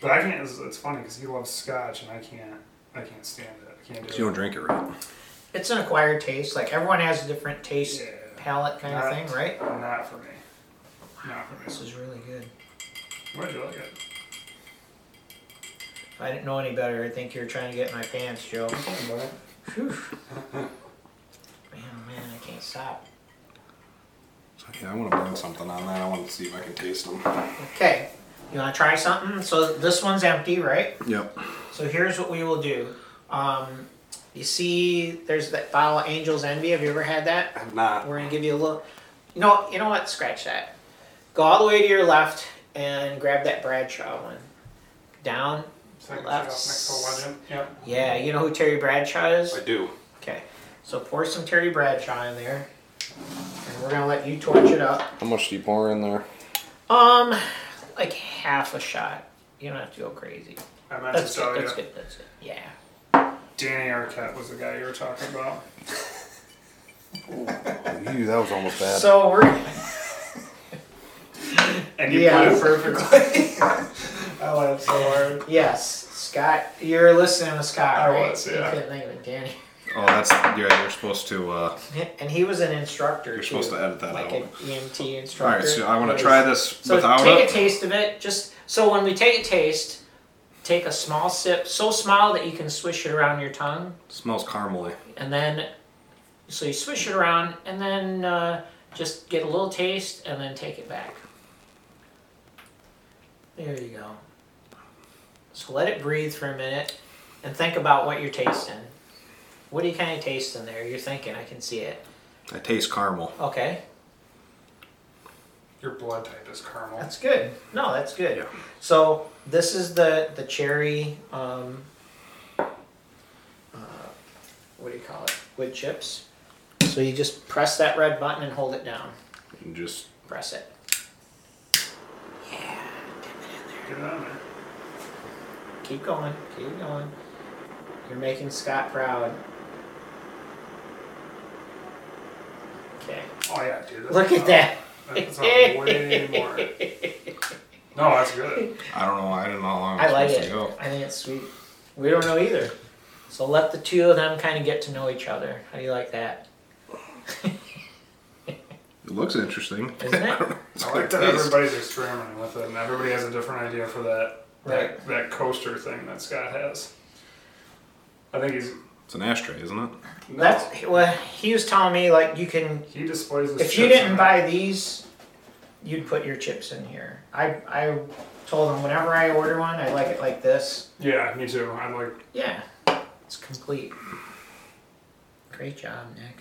But I can't. It's, it's funny because he loves scotch, and I can't. I can't stand it. I can't do it. You don't drink it, right? It's an acquired taste. Like everyone has a different taste Yeah. palette kind of thing, right? Not for me. Not for This me. is really good. Why'd you like it? If I didn't know any better, I think you're trying to get in my pants, Joe. Man, Something about it. oh man, I can't stop. Yeah, I want to bring something on that. I want to see if I can taste them. Okay. You want to try something? So this one's empty, right? Yep. So here's what we will do. Um, you see, there's that bottle of Angel's Envy. Have you ever had that? I've not. We're gonna give you a little. No, you know what? Scratch that. Go all the way to your left and grab that Bradshaw one. Down. Second Left. shelf next to legend. Yep. Yeah, you know who Terry Bradshaw is? do. Okay. So pour some Terry Bradshaw in there, and we're gonna let you torch it up. How much do you pour in there? Um, like half a shot. You don't have to go crazy. I meant That's to tell good. That's you. good. That's it. Yeah. Danny Arquette was the guy you were talking about. Ew, that was almost bad. So we're. And you Yeah. put it perfectly. I laughed so hard. Yes, Scott. You're listening to Scott, I right? was, You yeah. couldn't think of it, Danny. oh, that's yeah. You're supposed to. Uh, And he was an instructor. You're supposed too, to edit that like out. an EMT all instructor. right. So I want Yes. to try this So without take a it. taste of it. Just so when we take a taste, take a small sip, so small that you can swish it around your tongue, Smells caramely. and then so you swish it around, and then uh, just get a little taste, and then take it back. There you go. So let it breathe for a minute, and think about what you're tasting. What are you kind of tasting there? You're thinking. I can see it. I taste caramel. Okay. Your blood type is caramel. That's good. No, that's good. Yeah. So this is the the cherry. Um, uh, what do you call it? Wood chips. So you just press that red button and hold it down. And just Press it. Yeah. Dip it in there. Get it on there. Keep going. Keep going. You're making Scott proud. Okay. Oh yeah, dude. that's Look at not- that. That's not way more. No, that's good. I don't know. I don't know how long. I it's like supposed it. To go. I think it's sweet. We don't know either. So let the two of them kind of get to know each other. How do you like that? It looks interesting. Isn't it? It's I good like that taste. everybody's experimenting with it, and everybody has a different idea for that Right. that, that coaster thing that Scott has. I think he's. It's an ashtray, isn't it? No, That's well. He was telling me like you can. he displays his. If you chips didn't in buy these, you'd put your chips in here. I I told him whenever I order one, I like it like this. it. Yeah, me too. I'm like, Yeah, it's complete. Great job, Nick.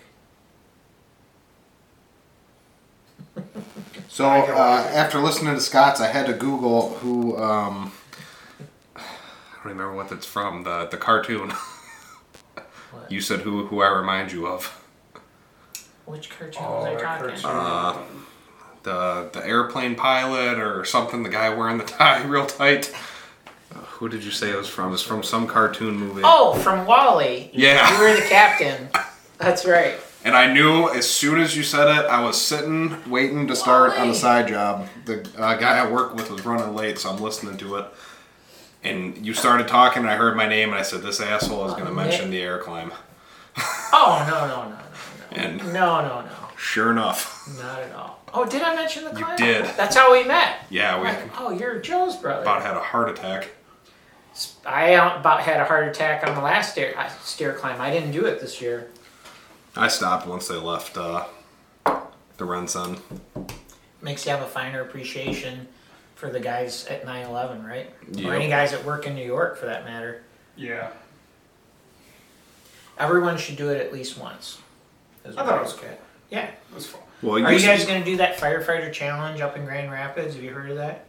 So uh, after listening to Scott's, I had to Google who. Um, I don't remember what that's from. The the cartoon. What? you said who who I remind you of. Which cartoon oh, was I that talking? hurts. The the airplane pilot or something. The guy wearing the tie real tight. Uh, who did you say it was from? It's from some cartoon movie. Oh, from Wally. You Yeah, were the captain. That's right. and I knew as soon as you said it, I was sitting waiting to start on the side job. The uh, guy I work with was running late, so I'm listening to it. And you started talking, and I heard my name, and I said, "This asshole is going to Oh, mention Nick. the air climb." Oh no no no no And no no no. Sure enough. Not at all. Oh, did I mention the climate? did. That's how we met. Yeah, we Like, oh, you're Joe's brother. about had a heart attack. I about had a heart attack on the last stair, uh, stair climb. I didn't do it this year. I stopped once they left uh, the Renson. Makes you have a finer appreciation for the guys at 9/11, right? Yep. Or any guys that work in New York, for that matter. yeah, Everyone should do it at least once. is I what thought it was good. Yeah. It was fun. Well, it Are you used to guys be- gonna do that firefighter challenge up in Grand Rapids? Have you heard of that?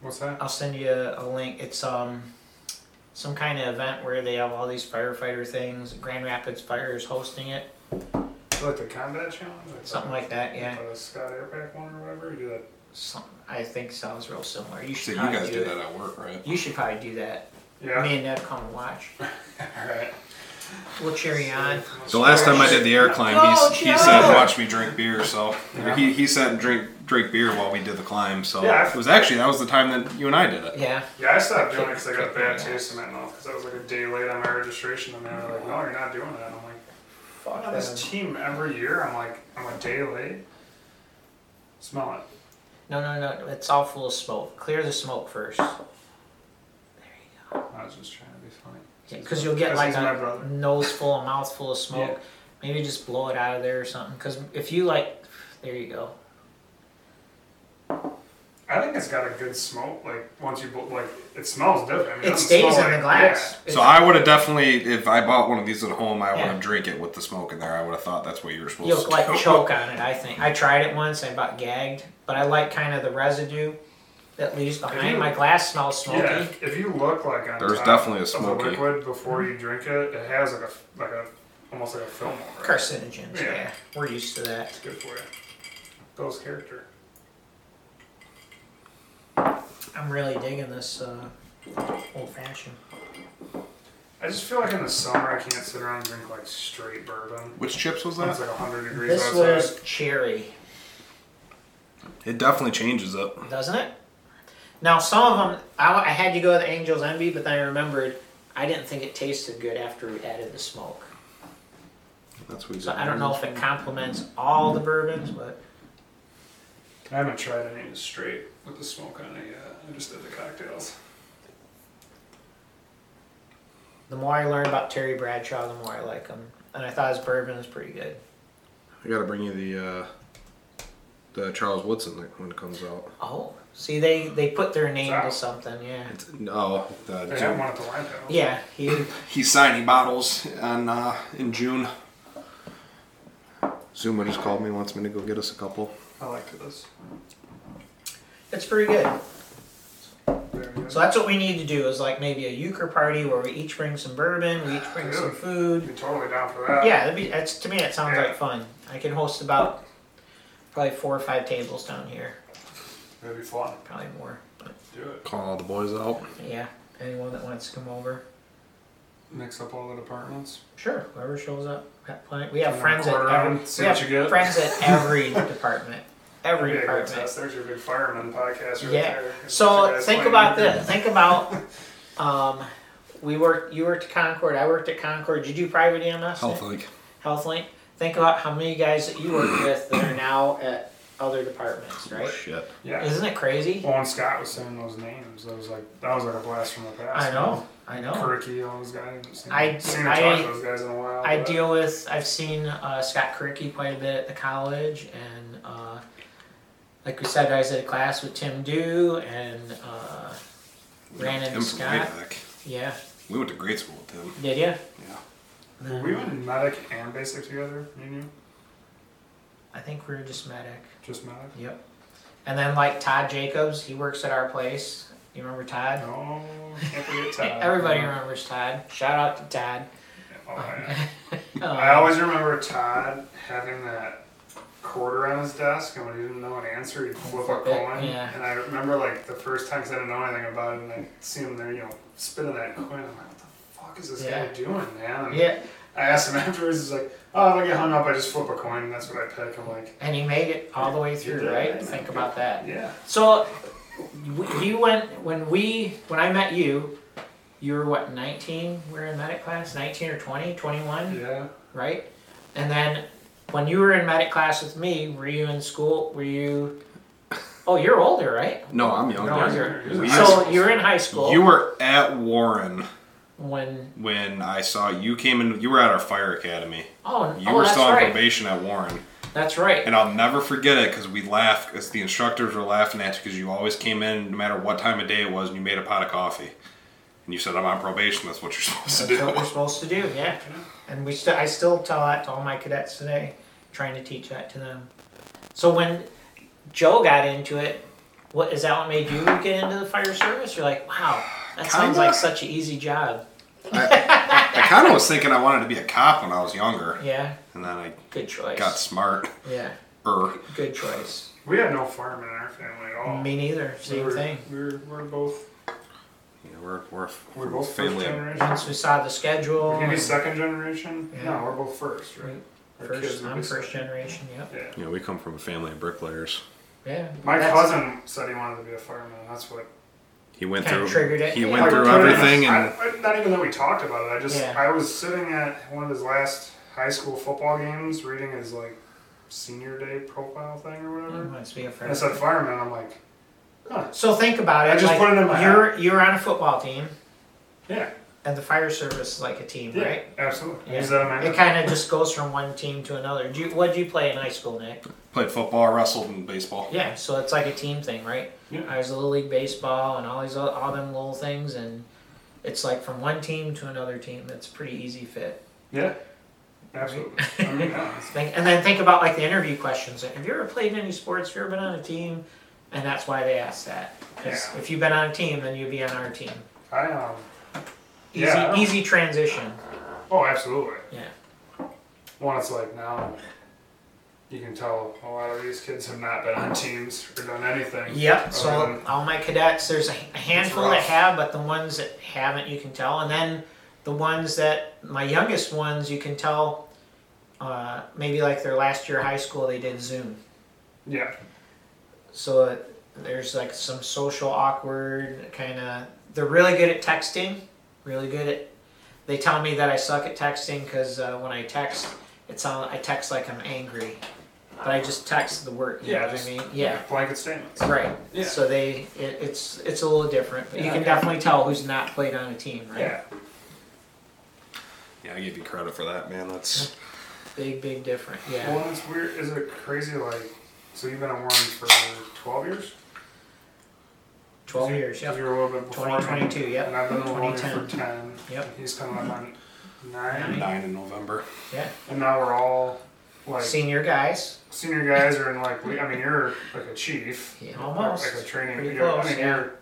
What's that? I'll send you a, a link. It's um some kind of event where they have all these firefighter things. Grand Rapids Fire is hosting it, Is it like the combat challenge? Like something like that. the- Yeah, The Scott Airpack one or whatever? You do that. some, I think sounds real similar. You So should you probably guys do, do it. that at work, right? You should probably do that. Yeah. Me and Ned come and watch. All right. We'll cheer you on. The last time I did the air climb, Oh, he, he Joe! said, "Watch me drink beer." So or he, he sat and drink drink beer while we did the climb. So Yeah. it was actually that was the time that you and I did it. Yeah. Yeah, I stopped doing it because I got a bad taste in my mouth because I was like a day late on my registration, and they were like, "No, you're not doing that." And I'm like, "Fuck them. this team every year." I'm like, "I'm a day late." Smell it. No, no, no. It's all full of smoke. Clear the smoke first. I was just trying to be funny. Because you'll get like he's my brother. a nose full, a mouth full of smoke. Yeah. Maybe just blow it out of there or something. Because if you like, there you go. I think it's got a good smoke. Like once you bl- like, it smells different. I mean, It doesn't stays smell in the like- glass. It's- So I would have definitely, if I bought one of these at home, I would Yeah. have drink it with the smoke in there. I would have thought that's what you were supposed You'll to like do. choke on it. I think I tried it once. I about gagged, but I like kind of the residue that leaves behind. you- My glass smells Yeah. smoky. yeah if, if you look like on There's top definitely a of smoky. the liquid before Mm-hmm. you drink it, it has like a f- like a almost like a film over it. Carcinogens. Yeah. Yeah. we're used to that. It's good for you. Builds character. I'm really digging this uh, old fashioned. I just feel like in the summer I can't sit around and drink like straight bourbon. Which chips was It's that? like 100 degrees This outside. was cherry, It definitely changes it. doesn't it? Now some of them, I, I had to go with Angel's Envy, but then I remembered I didn't think it tasted good after we added the smoke. That's what we So did. I don't know if it complements all the bourbons, but I haven't tried any of the straight with the smoke on it yet. I just did the cocktails. the more I learn about Terry Bradshaw, the more I like him. And I thought his bourbon was pretty good. I gotta bring you the uh, the Charles Woodson when it comes out. Oh, see, they they put their name Wow. to something, yeah. No, the They have one at the wine panel. Yeah, he, he's signing bottles on uh, in June. Zuma just called me, wants me to go get us a couple. I liked this. it's pretty good. Very good. So that's what we need to do is like maybe a euchre party where we each bring some bourbon, we each bring some food. I'd be totally down for that. Yeah, that'd be, that's to me that sounds Yeah. like fun. I can host about probably four or five tables down here, That'd be fun. probably more. But Do it. Call all the boys out. yeah, anyone that wants to come over, Mix up all the departments. sure, whoever shows up. Got plenty- We have Someone friends at quarter every, round, see we what have you get. friends at every department, every That'd be a good department. test. There's your big fireman podcast right Yeah. there. It's what you So guys think like. about this. Think about um, we worked. You worked at Concord. I worked at Concord. Did you do private E EMS? Health Link. HealthLink. Think about how many guys that you work with that are now at other departments, right? Shit. Yeah. Isn't it crazy? Well, when Scott was saying those names, that was like that was like a blast from the past. I know. I know. Kirky, all those guys. I haven't seen, I- seen him I- talk to those guys in a while. I but- deal with. I've seen uh, Scott Kricke quite a bit at the college, and uh, like we said, I was at a class with Tim Dew and uh, ran into Him from Scott. Medivac. Yeah. We went to grade school with him. Did you? Were we in medic and basic together? You knew? I think we were just medic. Just medic? Yep. And then like Todd Jacobs, he works at our place. You remember Todd? No, can't forget Todd. Everybody remembers Todd. Shout out to Todd. Um, Oh, yeah. I Uh, always remember Todd having that quarter on his desk, and when he didn't know an answer, he'd flip a Flip it, coin. yeah. And I remember like the first time 'cause I didn't know anything about it, and I see him there, you know, spinning that coin. I'm like, what the fuck is this Yeah. guy doing, man? And yeah, I asked him afterwards. He's like, oh, if I get hung up, I just flip a coin. And that's what I pick. I'm like, and he made it all the way You through, did, right? man. Think about that. yeah. So w- you went when we when I met you, you were what 19? We were in medic class, 19 or 20, 21, Yeah. right? And then when you were in medic class with me, were you in school? Were you? Oh, you're older, right? No, I'm young. No, Younger. I'm younger. He was in We high used- So school. you're in high school. You were at Warren when when I saw you came in. You were at our fire academy. oh, You oh were that's still on right. probation at Warren, That's right. and I'll never forget it because we laughed because the instructors were laughing at you because you always came in no matter what time of day it was and you made a pot of coffee. And you said, I'm on probation. That's what you're supposed to That's what do. we're supposed to do, yeah. And we still, I still tell that to all my cadets today, trying to teach that to them. So when Joe got into it, what is that what made you get into the fire service? You're like, wow, that sounds Kinda. like such an easy job. I kind of was thinking I wanted to be a cop when I was younger. Yeah, And then I good choice. got smart. Yeah, Er, good choice. We had no farming in our family at all. Me neither. Same we're, thing. We're, we're both yeah, we're, we're, we're both family. first generation. Once we saw the schedule, Maybe and second generation. Yeah. No, we're both first, right? Our kids first, would I'm be first second. generation. Yep. Yeah. You know, we come from a family of bricklayers. Yeah. My That's- cousin said he wanted to be a fireman. and That's what He went Kinda through. triggered it. He Yeah. went I through couldn't- everything, and I, I- not even that we talked about it. I just Yeah. I was sitting at one of his last high school football games, reading his like senior day profile thing or He whatever, wants to be a and it first. said fireman. I'm like, huh, So think about it. I just like, put it in my you're you're on a football team, yeah, and the fire service is like a team, yeah, right? absolutely. Yeah. Is that a man? It kind of just goes from one team to another. Do you, what do you play in high school, Nick? played football, wrestled, and baseball. Yeah, so it's like a team thing, right? Yeah. I was little league baseball and all these all, all them little things, and it's like from one team to another team. It's a pretty easy fit. yeah, absolutely. I mean, uh, Think, and then think about like the interview questions. Have you ever played any sports? Have you ever been on a team? And that's why they ask that. 'Cause Yeah. If you've been on a team, then you'd be on our team. I um, Easy, Yeah, I don't- easy transition. oh, absolutely. Yeah. One, it's like now you can tell a lot of these kids have not been on teams or done anything. Yep. other So than- all my cadets, there's a h- a handful that rough. have, but the ones that haven't, you can tell. And then the ones that my youngest ones, you can tell. Uh, maybe like their last year of high school, they did Zoom. yeah, So uh, there's like some social awkward kind of. They're really good at texting. Really good at. They tell me that I suck at texting because uh, when I text, it's on. I text like I'm angry, but I just text the word. You Yeah, know what just- I mean, yeah. blanket statements. Right. Yeah. So they, it, it's it's a little different, but you Yeah, can okay. definitely tell who's not played on a team, right? Yeah, Yeah, I give you credit for that, man. That's Big, big difference. Yeah. Well, it's weird. Is it crazy? Like, so you've been at Warren for twelve years? Twelve You- years. You Yep. were a little bit before. me, 2022, yep. And I've been at Warren for 2010. ten. Yep. and He's coming up on nine, nine in November. Yeah. and now we're all like Senior guys. senior guys are in like. We, I mean, you're like a chief. Yeah, almost. Like a training. Pretty you're- close, I mean, yeah. you're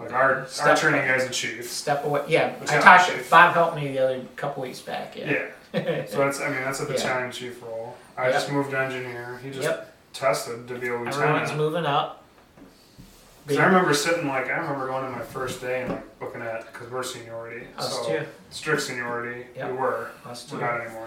like our our Step training up. guys a chief. Step away. Yeah. The I town talked. chief. Bob helped me the other couple weeks back. Yeah. Yeah. So that's. I mean, that's a Yeah. battalion chief role. I Yep. just moved to engineer. He just Yep. tested to be a lieutenant. Everyone's moving up. Cause I remember sitting like I remember going to my first day and like looking at because we're seniority, Us so too. strict seniority Yep. we were, Us too. we're not anymore.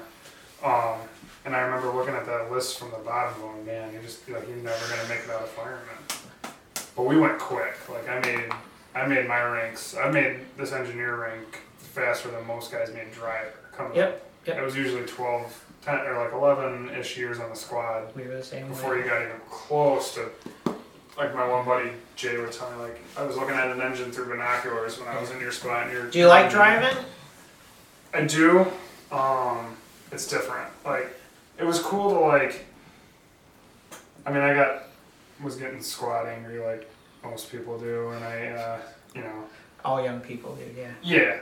Um, and I remember looking at that list from the bottom, going, "Man, you're just like you're never gonna make it out of fireman." But we went quick. Like I made, I made my ranks. I made this engineer rank faster than most guys made driver coming Yep, up. yep. It was usually 12, 10, or like eleven ish years on the squad We were the same before you way. got even close to like my one buddy Jay would tell me like I was looking at an engine through binoculars when I was in your spot and you're Do you like driving? I do. Um it's different. Like it was cool to like I mean I got was getting squad angry like most people do and I uh you know All young people do. Yeah. yeah.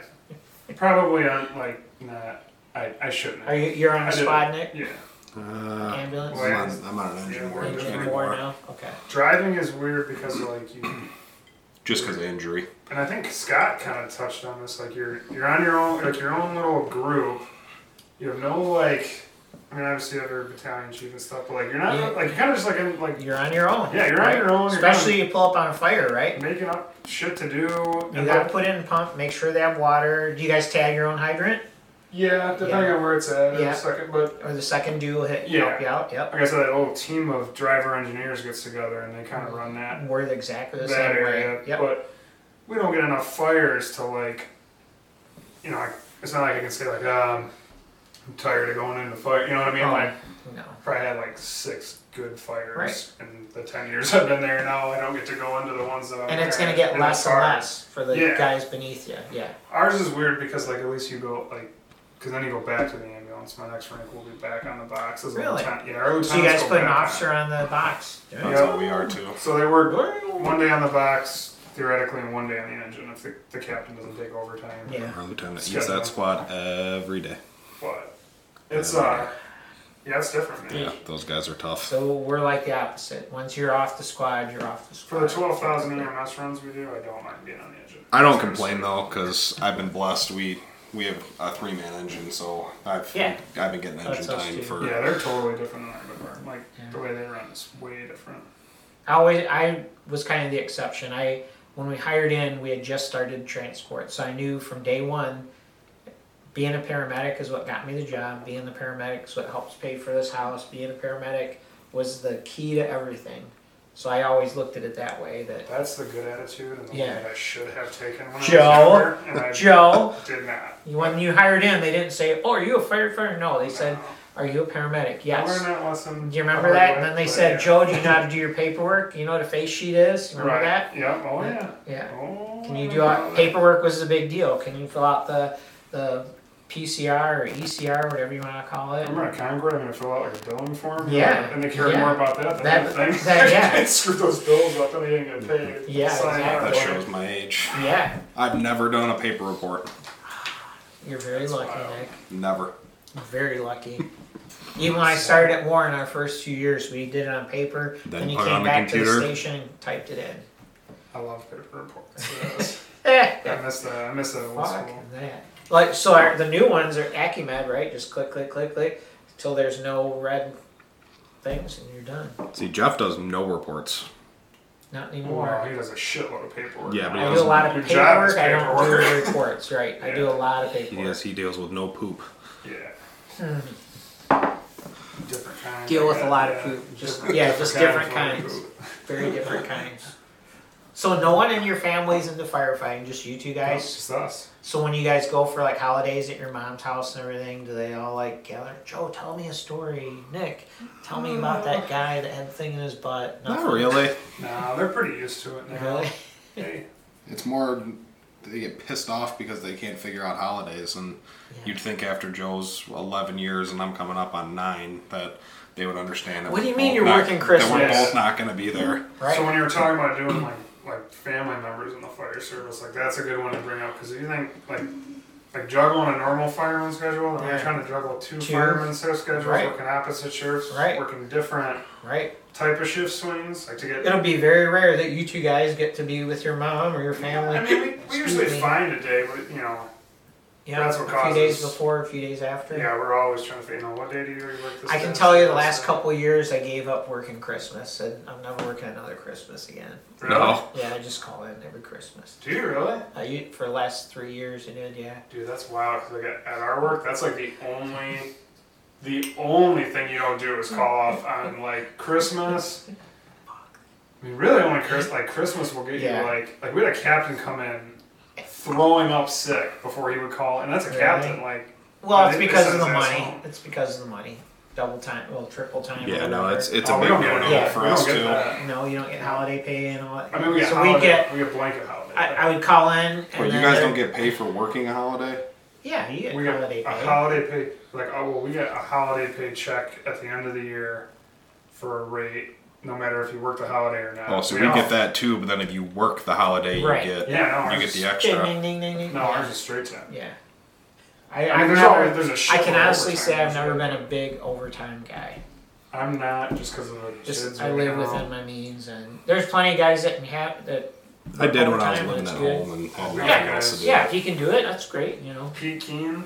Probably on like not I, I shouldn't Are have. you? You're on I a did. squad, Nick? Yeah. Uh, Ambulance. Well, I'm, on, I'm on an engine ward Engine war anymore. now. Okay. Driving is weird because like you Just because of injury. and I think Scott kind of touched on this. Like you're you're on your own, like your own little group. You have no like. I mean, obviously you have your battalion chief and stuff, but like you're not Yeah. like you're kind of just like in, like You're on your own. Yeah, you're on right? your own, you're Especially you pull up on a fire, right? making up shit to do. You And gotta that, put in a pump, make sure they have water. Do you guys tag your own hydrant? yeah, depending Yeah. on where it's at. in Yeah. a second, but Or the second dude will hit, Yeah. help you out? Yep. like I said, that old team of driver engineers gets together and they kind of run that We're the- exactly the that same area. way. Yep. But we don't get enough fires to like, you know, like, it's not like I can say like um, I'm tired of going into fire. You know what I mean? Oh. Like. no. probably had like six good fires Right. in the 10 years I've been there. Now I don't get to go into the ones that I'm And it's there gonna get in less the and car. less for the Yeah. guys beneath you. Yeah. Ours is weird because, like, at least you go, like, because then you go back to the ambulance. My next rank will be back on the box. As a Really? lieutenant. Yeah, our lieutenants So you guys go put an back on. officer on the box. That's what we are too. So they were one day on the box, theoretically in one day on the engine if the, the captain doesn't take overtime. Yeah. Our lieutenant It's use good. that squad every day. But it's uh, yeah, it's different. Man. Yeah, those guys are tough. So we're like the opposite. Once you're off the squad, you're off the For the squad. twelve thousand EMS runs we do, I don't mind being on the engine. I don't complain though, because I've been blessed. We we have a three man engine, so I've Yeah. I've been getting engine That's us, time too. for Yeah, they're totally different than our department. Like the way they run is way different. I always I was kind of the exception. I when we hired in, we had just started transport, so I knew from day one. Being a paramedic is what got me the job. Being the paramedic is what helps pay for this house. Being a paramedic was the key to everything. So I always looked at it that way. That That's the good attitude and the Yeah. one that I should have taken when I Joe. was younger, and I Joe, did not. when you hired in, they didn't say, "Oh, are you a firefighter?" No, they said, "Are you a paramedic?" I learned Yes. that lesson. Do you remember the hard that? way, And then they but said, yeah. "Joe, do you know how to do your paperwork? You know what a face sheet is? You remember Right. that?" Yeah. Oh yeah. Yeah. Oh. Can I you do remember all, that. paperwork was a big deal. Can you fill out the the PCR or ECR, whatever you want to call it? Remember at Concord, I'm gonna fill out like a billing form. Yeah. And they cared Yeah. more about that than That- anything. that- yeah. Screw those bills up, and they ain't gonna pay. Yeah, Sign up. that exactly. shows my age. Yeah, I've never done a paper report. you're very lucky, wild. Nick. Never. Very lucky. Even when I started at Warren, our first few years, we did it on paper. Then you put it came on the back to the computer. station and typed it in. I love paper reports. Yes. Eh, I miss that. I miss that old fuck school. that. Like so, our, the new ones are Acumed, right? Just click, click, click, click, till there's no red things, and you're done. See, Jeff does no reports. Wow, Not anymore. he does a shitload of paperwork. Yeah, but he I do a doesn't- lot of Your job is paperwork. I don't do paperwork. reports, right? I do a lot of He paperwork. does. He deals with no poop. Yeah. Different kind. Deal with yeah, a lot yeah. of poop. Just yeah, just different kind of kinds, poop. very different kinds. So no one in your family's into firefighting, just you two No, guys. It's just us. So when you guys go for like holidays at your mom's house and everything, do they all like gather? Joe, tell me a story. Nick, tell me about Mm. that guy that had the thing in his butt. Not Nothing. really. No, they're pretty used to it now. Really? Hey, It's more they get pissed off because they can't figure out holidays, and you'd think after Joe's eleven years and I'm coming up on nine that they would understand. That What do we're you mean both you're not- working That we're Christmas? both not going to be there. Right. So when you were talking about doing like like family members in the fire service, like that's a good one to bring up because if you think like like juggling a normal fireman schedule, and Yeah. we're trying to juggle two, Two. firemen schedules, Right. working opposite shifts, Right. working different right. type of shift swings, like to get. It'll be very rare that you two guys get to be with your mom or your family. I mean, we, we Excuse usually me. find a day, but you know, Yeah, That's what a few days causes- before, a few days after. yeah, we're always trying to figure out what day do you really work this. I can day? tell you the last So- couple of years I gave up working Christmas and I'm never working another Christmas again. Really? Yeah, I just call in every Christmas. Do you really? I, u- for the last three years I did, yeah. Dude, that's wild. 'cause, like at, at our work, that's like the only, the only thing you don't do is call off on like Christmas. I mean, really, only Chris like Christmas will get Yeah. you like like we had a captain come in throwing up sick before he would call, and that's a captain like. Well, Yeah, it's they- they because of send the his ass money. home. It's because of the money. Double time, well, triple time. Yeah, whatever. no, it's it's a oh, we big don't get no-no it. Yeah, for we don't us get too. that. You know, you don't get holiday pay and all that. I mean, we get so holiday, we get, we get blanket holiday. I, I would call in. And Well, you then guys they're- don't get paid for working a holiday. Yeah, you get we get holiday a pay. holiday pay like oh well we get a holiday pay check at the end of the year for a rate no matter if you work the holiday or not. Oh, so we don't- get that too, but then if you work the holiday, Right. you get Yeah, no, you ours get is- the Ding, extra. ding, ding, ding, ding. No, ours is straight time. Yeah. I I, mean, I've there's never, always- there's a I shitload can of honestly say overtime. I've never been a big overtime guy. I'm not just because of the kids Just I right live now. within my means, and there's plenty of guys that can have that. I did when I was Overtime, living at that's good. home and had nothing Yeah, else to do. yeah. If you can do it, that's great. You know. Pete Keen,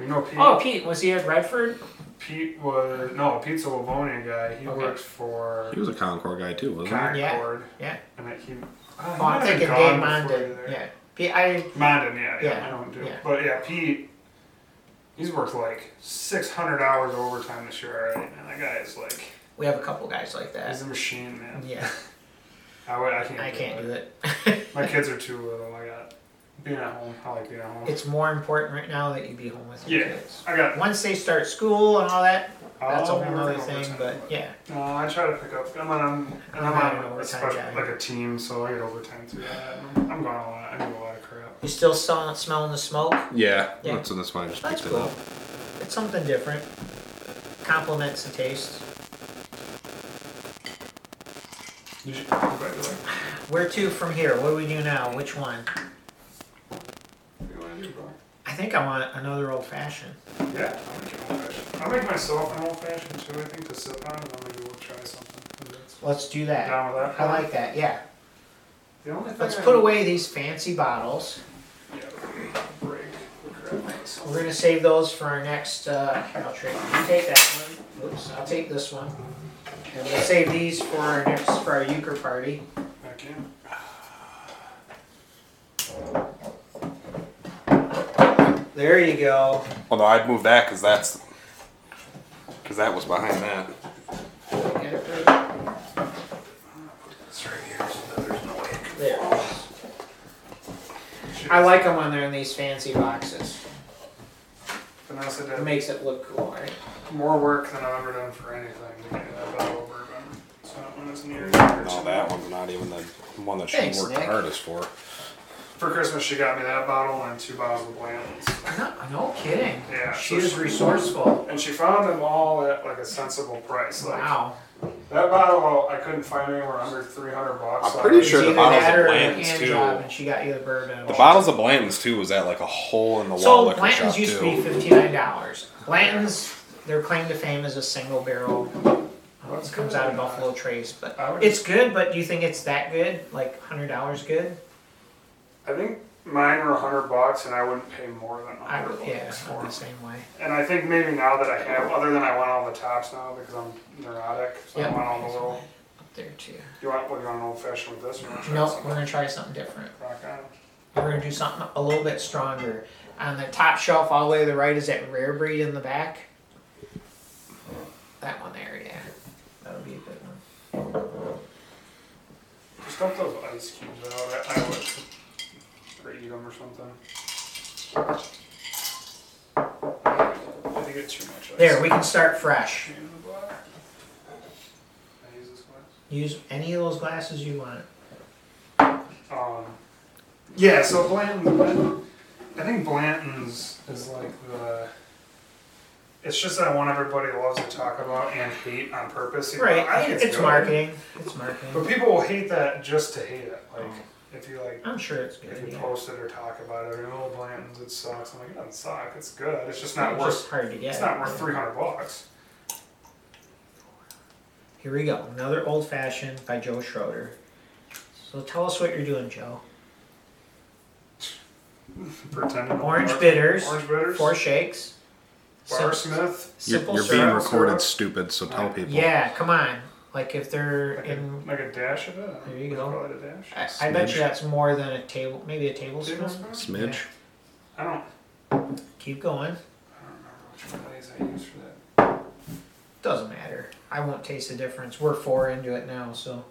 you know Pete. Oh, Pete was he at Redford? Pete was no Pete's a Livonia guy. He Okay. worked for He was a Concord guy too, wasn't he? Concord, Yeah. and that he. Oh, he Oh, might I'm have thinking gone Dave before Mondin. you there. Yeah. Pete, I Mondin, yeah, yeah, Yeah, I don't do, yeah. but yeah, Pete. He's worked like 600 hours of overtime this year already, man. That guy is like, we have a couple guys like that. he's a machine, man. Yeah, I, would, I can't. I do can't it. do it. My kids are too little. I got being at home. I like being at home. it's more important right now that you be home with your yeah, Oh, kids. I got. Once they start school and all that, that's I'll a be whole other working thing. overtime, But yeah, No, I try to pick up, and then I'm and I'm I'm, not an on a overtime special, guy. like a team, so I get overtime too. I'm, I'm going a lot. I do a lot of crap. you still smell- smelling the smoke? Yeah, Yeah. That's, that's why I just That's picked it cool. up. It's something different. Compliments the taste. Did you- by the way. Where to from here? What do we do now? Which one? You wanna do bar? I think I want another old fashioned. Yeah, I'll make an old fashioned. I'll make myself an old fashioned too, I think, to sip on, and then maybe we'll try something. And that's- Let's do that. Down with that? I like that. Yeah. The only thing Let's I- put away these fancy bottles. Yeah, break. Grab myself. We're gonna save those for our next. Uh, here, I'll trade. You take that one. Oops. I'll take this one. And we'll save these for our next for our euchre party. Back in. There you go. Well, no, I'd move that because that's because that was behind that. Get it right It's right here, so there's no way. there. I like them when they're in these fancy boxes. Vanessa It did makes it look cool, right? more work than I've ever done for anything to get that bottle of bourbon. So when it's near. No, Oh, that one's not even the one that she Thanks, worked Nick. hardest for. For Christmas, she got me that bottle and two bottles of Blanton's. No, no kidding. Yeah, She so is she- resourceful. And she found them all at like a sensible price. Like Wow. that bottle, I couldn't find anywhere under 300 bucks. I'm so I pretty was- sure- the Either bottles that of or a Blanton's, hand too. job, and she got you the bourbon. The bottles of Blanton's too was at like a hole in the wall So liquor shop Blanton's used to be too. fifty nine dollars. Blanton's, their claim to fame is a single barrel. um, That's comes good. out of Buffalo Trace, but I would it's good. But do you think it's that good? Like hundred dollars good? I think mine were 100 bucks, and I wouldn't pay more than 100 I would, bucks yeah, for I'm the them. same way. And I think maybe now that I have, other than I want all the tops now because I'm neurotic, so Yeah. I want all the little. Up there too. You want? What, you want an old fashioned with this? Or you want to try No, something? we're gonna try something different. Rock on. We're gonna do something a little bit stronger. On the top shelf, all the way to the right, is that rare breed in the back. That one there, yeah. That'll be a good one. Just dump those ice cubes out. I, I would. Or eat them or something. I think it's too much ice. There, we can start fresh. Use the black. I use this one. Use any of those glasses you want. Um, yeah, so Blanton, Blanton- I think Blanton's is like the. It's just that one everybody loves to talk about and hate on purpose. even though I Right, think it's, good. marketing. It's marketing. But people will hate that just to hate it. Like, if you like. Oh. I'm sure it's If good. you yeah. post it or talk about it, or oh Blanton's, it sucks. I'm like, it doesn't suck. It's good. It's just not It's just worth. hard to get. It's not worth 300 bucks. Here we go. Another old fashioned by Joe Schroeder. So tell us what you're doing, Joe. Pretend. to- Orange bitters, Orange bitters. four shakes. Bar sim- Smith. You're, simple you're being syrup. syrup. recorded, stupid. So tell people. Yeah, come on. Like if they're Like a, in, like a dash of it? There you It's go. Probably a dash. I, I bet Smidge. you that's more than a table, maybe a tablespoon. Tablespoon? Smidge. I don't, Keep going. I don't remember which one of these I used for that. Doesn't matter. I won't taste the difference. We're four into it now, so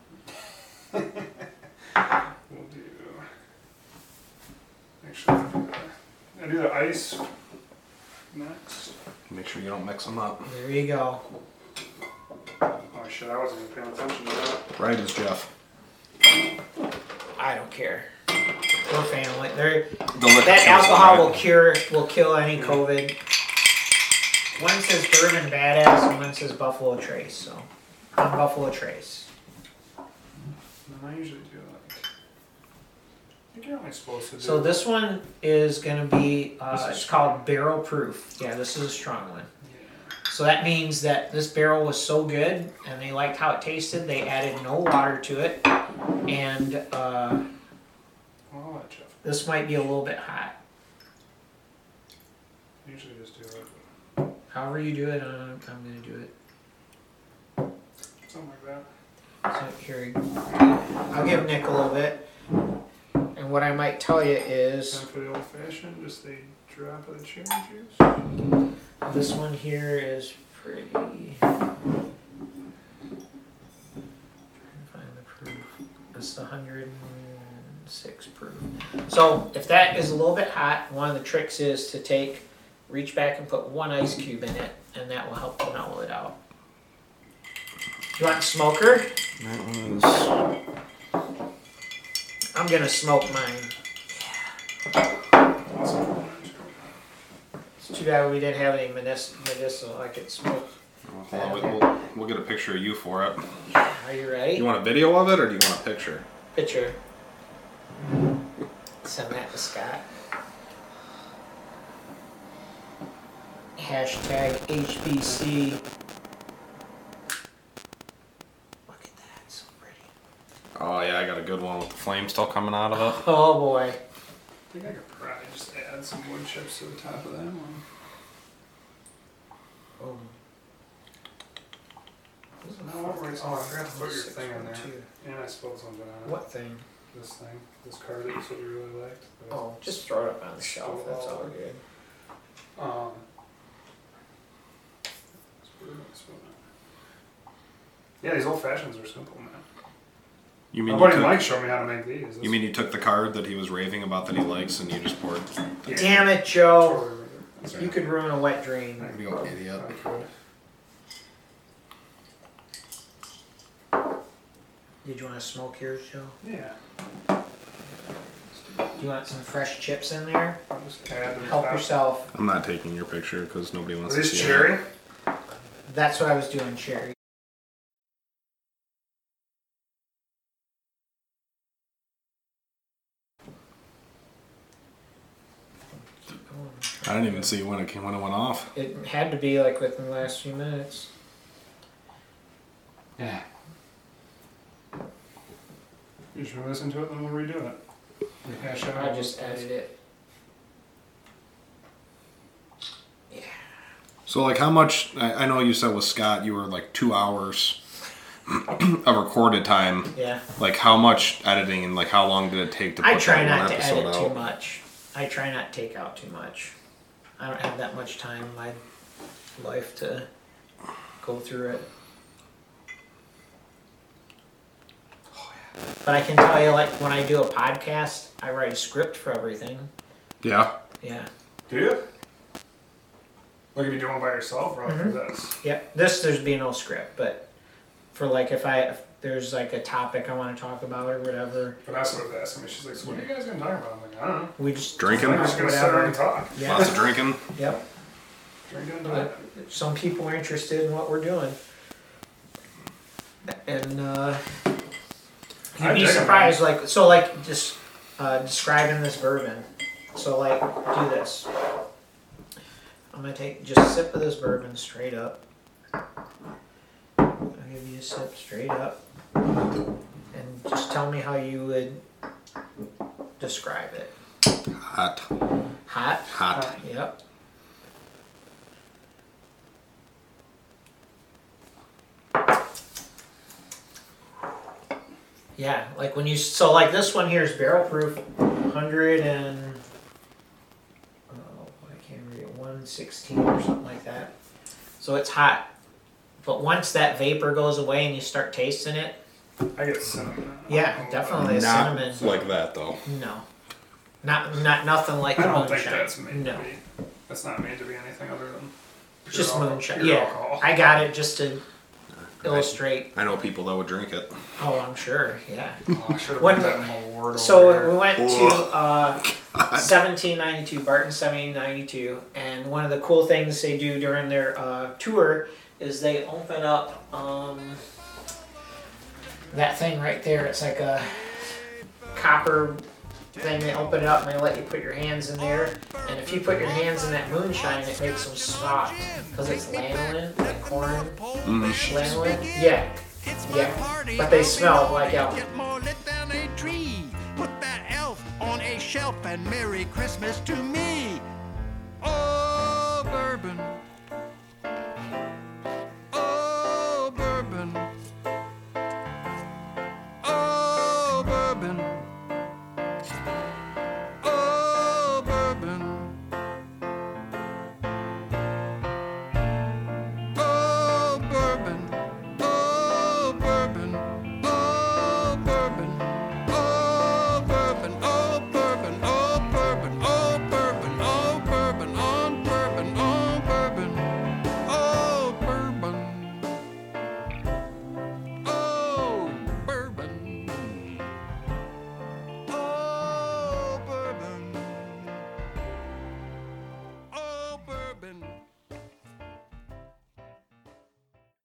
We'll do. Actually, I do the, I do the ice next. Make sure you don't mix them up. there you go. Oh shit, I wasn't even paying attention to that. Right as Jeff. I don't care. We're family. There, The liquor that tastes alcohol will alright. cure, will kill any Mm. COVID. One says bourbon badass, and one says Buffalo Trace. So I'm Buffalo Trace. And I usually do like. I think you're only supposed to do. So this one is gonna be. Uh, Mm. This is it's called barrel proof. Yeah, this is a strong one. So that means that this barrel was so good and they liked how it tasted, they added no water to it. And uh, Well, I'll let Jeff. this might be a little bit hot. I usually just do it. However you do it, I'm, I'm gonna do it. Something like that. So here, you- I'll give Nick a little bit. And what I might tell you is Time for the old fashioned, just a drop of the cherry juice. this one here is pretty. Find the proof. It's the hundred and six proof. So if that is a little bit hot, one of the tricks is to take, reach back and put one ice cube in it, and that will help to mellow it out. You want smoker? That was I'm gonna smoke mine. It's too bad we didn't have any medic- medicinal. I could smoke Well, we- we'll, we'll get a picture of you for it. Are you ready? You want a video of it or do you want a picture? Picture. Send that to Scott. Hashtag HBC. Look at that, so pretty. Oh yeah, I got a good one with the flame still coming out of it. Oh boy. I think I could probably just add some wood chips to the top of that one. Oh. No, what race- oh, I forgot to put your Six, thing in one, there. two. And I spilled something on it. What thing? This thing, this card that you said you really liked. Oh, just throw it up on the shelf. That's all good. Um. let's put it in this one. Yeah, these old fashions are simple, man. You My mean you, buddy Mike took, showed me how to make these. you mean you took the card that he was raving about that he likes and you just poured? Yeah. Damn it, Joe. Totally right. You could ruin a wet dream. You idiot. Did you want to smoke yours, Joe? Yeah. Do you want some fresh chips in there? I'll just add to the Help top. yourself. I'm not taking your picture because nobody wants Is to this see it. cherry? That's what I was doing, Cherry. I didn't even see when it came, when it went off. It had to be like within the last few minutes. Yeah. You should listen to it, then we'll redo it. We hash out I all just those added it. Yeah. So like, how much? I, I know you said with Scott you were like two hours of recorded time. Yeah. Like, how much editing and like how long did it take to put I try that one not to episode edit out? too much. I try not to take out too much. I don't have that much time in my life to go through it. But I can tell you, like, when I do a podcast, I write a script for everything. Yeah. Yeah. Do you? Like if you do one by yourself, or after this. Yep. This, there's be no script, but for, like, if I, if there's, like, a topic I want to talk about or whatever, But that's what I was asking me. She's like, so what are you guys gonna talk about? I'm like, I don't know. we just. Drinking? We're just gonna sit around and Whatever. talk. Lots Yeah. of drinking. Yep. Drink and Uh, talk. some people are interested in what we're doing. And uh, I you'd dig be 'em, surprised, like so, like just uh, describing this bourbon. So, like, do this. I'm gonna take just a sip of this bourbon straight up. I'll give you a sip straight up, and just tell me how you would describe it. Hot. Hot. Hot. Uh, Yep. Yeah, like when you so like this one here is barrel proof, hundred and oh, I can't read it, one sixteen or something like that. So it's hot, but once that vapor goes away and you start tasting it, I get cinnamon. yeah, definitely a Not cinnamon. like that though. no, not not nothing like I don't moonshine. think that's made no. to be. That's not made to be anything other than pure Just alcohol- moonshine. pure Yeah, alcohol. I got it just to illustrate. I know people that would drink it. Oh, I'm sure. Yeah. Oh, I should have What- put that in my ward So we over went to uh, 1792 Barton 1792, and one of the cool things they do during their uh, tour is they open up um, that thing right there. It's like a copper thing. They open it up and they let you put your hands in there. And if you put your hands in that moonshine, it makes them soft because it's lanolin, like corn. Lanolin? Yeah. Yeah. But they smell like alcohol. Get more lit than a tree. Put that elf on a shelf and Merry Christmas to me. Oh, bourbon. Oh, Oh, Oh,